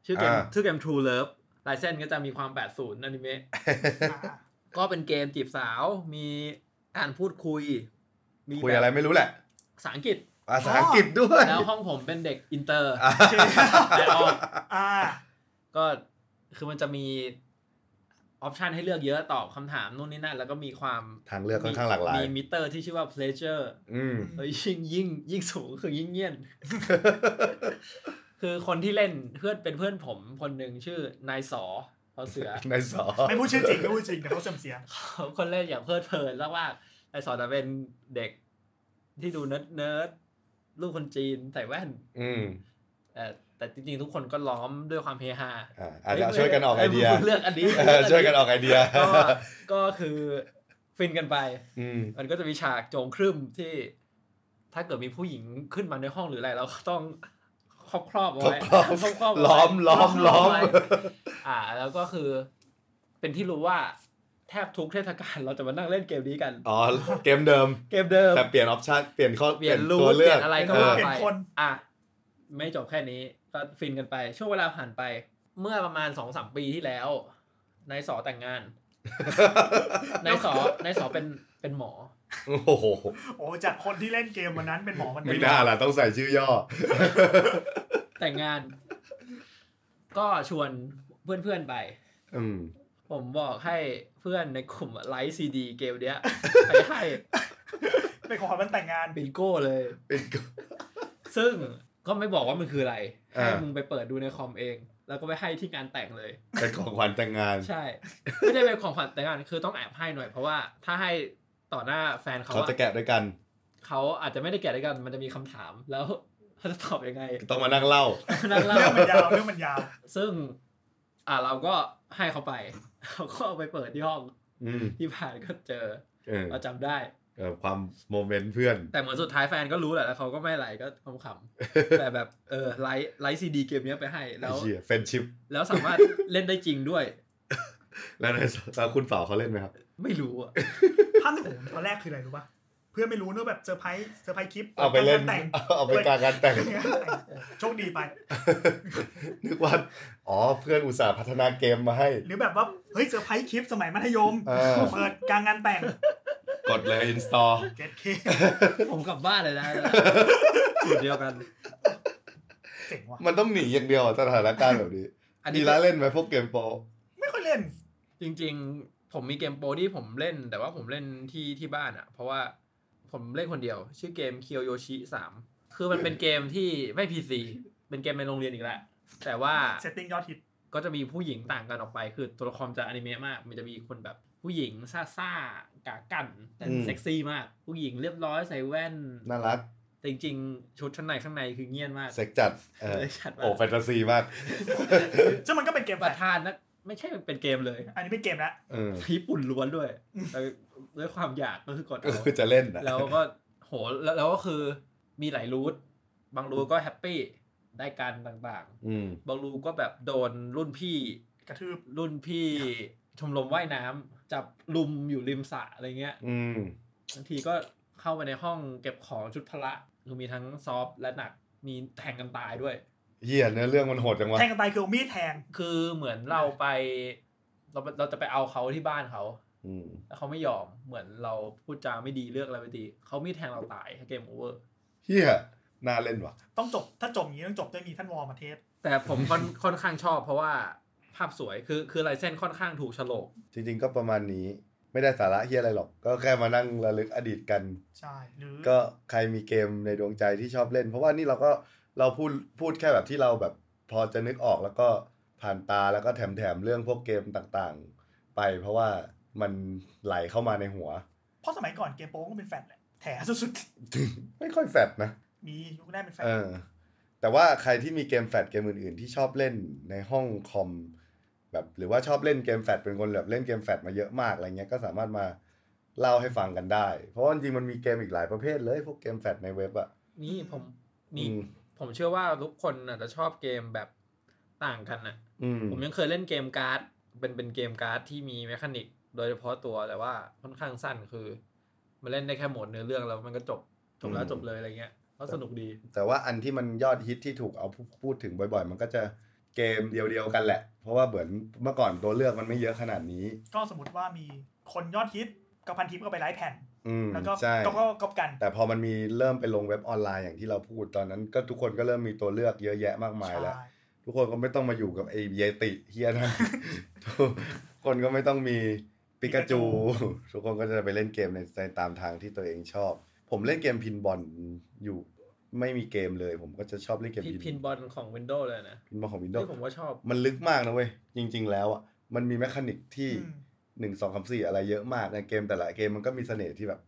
ชื่อเกม อ่า ชื่อเกม True Love ลายเส้นก็จะมีความ 80อนิเมะ อ่า ก็เป็นเกมจีบสาวมีการพูดคุย มี คุยอะไรไม่รู้แหละ ภาษาอังกฤษ ภาษาอังกฤษด้วย แล้วห้องผมเป็นเด็กอินเตอร์ อ่ะ เจ๊ แต่ออก *laughs* อ่า ก็คือมันจะมีออปชันให้เลือกเยอะตอบคำถามนู่นนี่นั่น แล้วก็มีความ ทางเลือกค่อนข้างหลากหลาย มีมิเตอร์ที่ชื่อว่า pleasure อืม เอ้ยยิ่งยิ่งยิ่งสูงคือยิ่งเงียน *laughs* คือคนที่เล่นเพื่อนเป็นเพื่อนผมคนหนึ่งชื่อนายสอเขาเสือ *laughs* ในสอ ไม่พูดชื่อจริงไม่พูดจริงแต่เขาเสื่อมเสีย เขาคนเล่นอย่างเพลิดเพลินแล้วว่ากๆนายสอจะเป็นเด็กที่ดูเนิร์ดเนิร์ดลูกคนจีนใส่แว่น อืม เอ่อแต่จริงๆ ทุกคนก็ล้อมด้วยความเฮฮา อ่ะอาจจะช่วยกันออกไอเดีย มึงเลือกอันนี้ เออช่วยกันออกไอเดีย ก็ก็คือฟินกันไป อืม มันก็จะมีฉากโจงครึ่มที่ถ้าเกิดมีผู้หญิงขึ้นมาในห้องหรืออะไร เราก็ต้อง *laughs* ครอบครอบเอาไว้ ครอบครอบ ครอบๆเาไว้ ล้อมล้อมล้อม เาไว้อ่า แล้วก็คือ เป็นที่รู้ว่าแทบทุกเทศกาลเราจะมานั่งเล่นเกมนี้กัน อ๋อ เกมเดิม เกมเดิม แต่เปลี่ยนออปชันเปลี่ยนข้อ เปลี่ยนรู ตัว ทเป เลื ลี่ อย ก นอะไรก็ เออ ว่า เปลี่ ไป ยนคน อ่ะไม่จบแค่นี้ก็ฟินกันไป ช่วงเวลาผ่านไป เมื่อประมาณสองสามปีที่แล้วนายสอแต่งงานนายสอนายสอเป็นเป็นหมอ โอ้โห โอ้จากคนที่เล่นเกมวันนั้นเป็นหมอวันนี้ ไม่น่าล่ะต้องใส่ชื่อย่อ แต่งงาน ก็ชวนเพื่อนๆไป อืม ผมบอกให้เพื่อนในกลุ่มไลฟ์ซีดีเกมเนี้ย ไปให้ เป็นของมันแต่งงาน บิงโก้เลย เป็นก็ ซึ่งก็ไม่บอกว่ามันคืออะไร อ่า ให้มึงไปเปิดดูในคอมเอง แล้วก็ไปให้ที่งานแต่งเลย เป็นของขวัญแต่งงาน ใช่ ไม่ได้เป็นของขวัญแต่งงานคือต้องแอบให้หน่อยเพราะว่าถ้าให้ต่อหน้าแฟนเขา เขาจะ อะ แกะด้วยกัน เขาอาจจะไม่ได้แกะด้วยกันมันจะมีคำถามแล้วเขาจะตอบยังไง ต้องมานั่งเล่า นั่งเล่า เรื่องมันยาวเรื่องมันยาว ซึ่ง อ่าเราก็ให้เขาไป *laughs* เขาก็เอาไปเปิดที่ห้อง อืม ที่ผ่านก็เจอ เออ เราจำได้ เออความโมเมนต์เพื่อน แต่เหมือนสุดท้ายแฟนก็รู้แหละแล้วเขาก็ไม่ไหลก็ขำๆ แต่แบบเออไลฟ์ไลฟ์ซีดีเกมเนี้ยไปให้แล้ว เฟนชิพ แล้วสามารถ *laughs* เล่นได้จริงด้วย แล้วในแล้วคุณเสาวเขาเล่นไหมครับ ไม่รู้อะ ภาพในหัวผมตอนแรกคืออะไรรู้ป่ะเพื่อนไม่รู้นึกว่าแบบเซอร์ไพรส์เซอร์ไพรส์คลิป เอาไปเล่น แต่ง เอาไปกลางการแต่ง โชคดีไป นึกว่า อ๋อ เพื่อนอุตส่าห์พัฒนาเกมมาให้ หรือแบบว่าเฮ้ยเซอร์ไพรส์คลิปสมัยมัธยม เออ เปิดกลางงานแต่ง กดเลย อินสตอล เกตเค ผมกลับบ้าน *laughs* เลยนะสูตรเดียวกัน เจ๋งว่ะ มันต้องหนีอย่างเดียวอะสถานการณ์แบบนี้ อัน มี นี้ ละเล่นไหมพวกเกมโปร ไม่ค่อยเล่น จริง ๆ ผมมีเกมโปรที่ผมเล่น แต่ว่าผมเล่นที่ที่บ้านอะเพราะว่าผมเล่นคนเดียว ชื่อเกมเคียวโยชิสามคือมันเป็นเกมที่ไม่พีซีเป็นเกมในโรงเรียนอีกแล้วแต่ว่า เซตติ้งยอดฮิต ก็จะมีผู้หญิงต่างกันออกไป คือตัวละครจะอนิเมะมาก มันจะมีคนแบบผู้หญิงซ่าซ่าๆกากันแต่เซ็กซี่มาก ผู้หญิงเรียบร้อยใส่แว่น น่ารัก แต่จริงๆ ชุดชั้นในข้างในคือเงียนมาก เซ็กจัดเออ เลยชัดมา โอ้แฟ ก นตาซีมาก ซึ่งมันก็เป็นเกม ป แฟล ระ ช ธานนะไม่ใช่เป็นเกมเลย อันนี้เป็นเกมละ เออ ญี่ปุ่นล้วนด้วยแต่ด้วยความอยากก็คือกด ก็ เอา คือจะเล่นนะ แล้วก็โหแล้วแล้วก็คือมีหลายรูทบางรูทก็แฮปปี้ได้การต่าง อืม ๆ บางรูทก็แบบโดนรุ่นพี่ กระทืบ รุ่นพี่ชมรมว่ายน้ำจับลุมอยู่ริมสระอะไรเงี้ย อืม บางทีก็เข้าไปในห้องเก็บของชุดพละคือมีทั้งซอฟต์และหนักมีแทงกันตายด้วย เหี้ยเนื้อเรื่องมันโหดจังวะ แทงกันตายคือเอามีดแทง คือเหมือนเราไป เราเราจะไปเอาเขาที่บ้านเขา อืม แล้วเขาไม่ยอมเหมือนเราพูดจาไม่ดีเลือกอะไรไม่ดีเขามีแทงเราตายเกมโอเวอร์ เหี้ยน่าเล่นว่ะ ต้องจบถ้าจบอย่างนี้ต้องจบด้วยมีท่านวอลมาเทส แต่ผมค่อนค่อนข้างชอบเพราะว่าภาพสวยคือคือลายเส้นค่อนข้างถูกโฉลก จริงๆก็ประมาณนี้ไม่ได้สาระเฮียอะไรหรอก ก็แค่มานั่งระลึกอดีตกัน ใช่ หรือ ก็ใครมีเกมในดวงใจที่ชอบเล่น เพราะว่านี่เราก็เราพูดพูดแค่แบบที่เราแบบพอจะนึกออกแล้วก็ผ่านตาแล้วก็แถมๆเรื่องพวกเกมต่างๆ ไป เพราะว่ามันไหลเข้ามาในหัว เพราะสมัยก่อนเกมโป้ก็เป็นแฟลชแหละแถสุด ไม่ค่อยแฟดนะ ๆมียุคแรกเป็นแฟลช เออ แต่ว่าใครที่มีเกมแฟดเกมอื่นๆ ที่ชอบเล่นในห้องคอมแบบหรือว่าชอบเล่นเกมแฟดเป็นคนแบบเล่นเกมแฟดมาเยอะมากอะไรเงี้ยก็สามารถมาเล่าให้ฟังกันได้ เพราะว่าจริงๆมันมีเกมอีกหลายประเภทเลยพวกเกมแฟดในเว็บอ่ะ นี่ผมมี อืม ผมเชื่อว่าทุกคนอาจจะชอบเกมแบบต่างกันน่ะ อืม ผมยังเคยเล่นเกมการ์ด เป็นเป็นเกมการ์ดที่มีแมคานิก โดยเฉพาะตัวแต่ว่าค่อนข้างสั้นคือ มันเล่นได้แค่โหมดเนื้อเรื่องแล้วมันก็จบจบแล้ว อืม จบเลยอะไรเงี้ยก็สนุกดี แต่ว่าอันที่มันยอดฮิตที่ถูกเอาพูดถึงบ่อยๆ มันก็จะเกมเดียวๆกันแหละ เพราะว่าเหมือนเมื่อก่อนตัวเลือกมันไม่เยอะขนาดนี้ ก็สมมติว่ามีคนยอดฮิตกับพันทิปก็ไปไลฟ์แผ่น อืม แล้วก็ ใช่ ก็ก็ก๊อปกัน แต่พอมันมีเริ่มไปลงเว็บออนไลน์อย่างที่เราพูดตอนนั้น ก็ทุกคนก็เริ่มมีตัวเลือกเยอะแยะมากมายแล้ว ใช่ ทุกคนก็ไม่ต้องมาอยู่กับไอ้เยติเฮีย *laughs* นะ ทุกคนก็ไม่ต้องมีปิกาจู *laughs* ทุกคนก็จะไปเล่นเกมในในตามทางที่ตัวเองชอบ ผมเล่นเกมพินบอลอยู่ไม่มีเกมเลย ผมก็จะชอบเล่นเกม พิ พิน พินบอลของ Windows เลยนะ พินบอลของวินโด ที่ ว์ ผมว่าชอบ มันลึกมากนะเว้ย จริง ๆ แล้วอ่ะมันมีแมคานิกที่ อืม หนึ่งสองสามสี่อะไรเยอะมากในเกมแต่ละเกมมันก็มีเสน่ห์ที่แบบ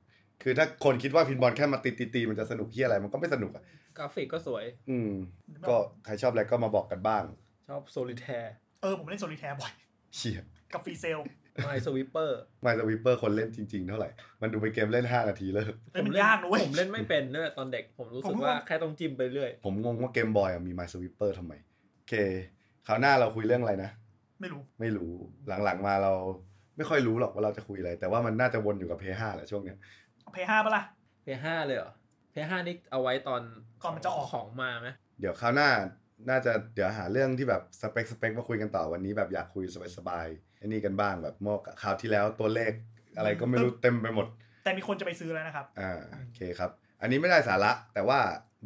คือถ้าคนคิดว่าพินบอลแค่มาตีตีตีมันจะสนุกที่อะไรมันก็ไม่สนุกอ่ะ กราฟิกก็สวย อืม ก็ใครชอบอะไรก็มาบอกกันบ้าง ชอบโซลิแทร์ เออผมเล่นโซลิแทร์บ่อย เชีย กับฟรีเซล ไมสวิปเปอร์ ไมล์วิปเปอร์คนเล่นจริง ๆ เท่าไหร่ มันดูเป็นเกมเล่น 5 นาทีเลิก เล่นมันยากนะเว้ย ผมเล่นไม่เป็นด้วยตอนเด็กผมรู้สึ ผม ก ว่า ว่าแค่ต้องจิ้มไปเรื่อย ผมงงว่าเกมบอยอะมีไมล์วิปเปอร์ทำไม โอเคคราวหน้าเราคุยเรื่องอะไรนะ ไม่รู้ ไม่รู้หลังๆมาเราไม่ค่อยรู้หรอกว่าเราจะคุยอะไร แต่ว่ามันน่าจะวนอยู่กับเพย์ห้าแหละช่วงเนี้ย เพย์ห้าปะล่ะ P5 เลยเหรอ P5 นี่เอาไว้ตอน ก่อนมันจะออก ของมาไหม เดี๋ยวคราวหน้าน่าจะเดี๋ยวหาเรื่องที่แบบสเปคสเปคมาคุยกันต่อวันนี้แบบอยากคุยสบายๆไอันนี้กันบ้างแบบเมื่อคราวที่แล้วตัวเลขอะไรก็ไม่รู้เต็มไปหมด แต่มีคนจะไปซื้อแล้วนะครับ อ่าโอเคครับ อันนี้ไม่ได้สาระแต่ว่า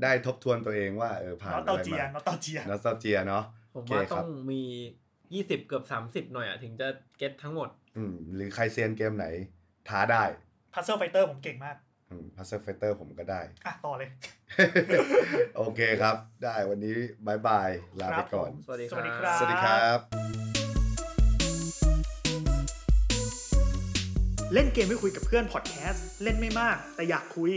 ได้ทบทวนตัวเองว่าเออผ่าน นอต อะ เตา ไร เจีย มาน อตเตาเจีย นอสตาเจียเนาะ ผม โอเค ว่า ค ต้ รั อบ งมี 20 เกือบ 30 หน่อยอ่ะ ถึงจะเก็ตทั้งหมด อืมหรือใครเซียนเกมไหน ท้าได้ พัซเซิลไฟเตอร์ผมเก่งมาก พัซเซอร์ไฟเตอร์ผม *laughs* ก็ได้ อ่ะ ต่อเลย โอเคครับ ได้วันนี้บายบายลาไปก่อน ผม สวัสดีครับ ครับ สวัสดีครับ เล่นเกมไม่คุยกับเพื่อนพอดแคสต์ เล่นไม่มาก แต่อยากคุย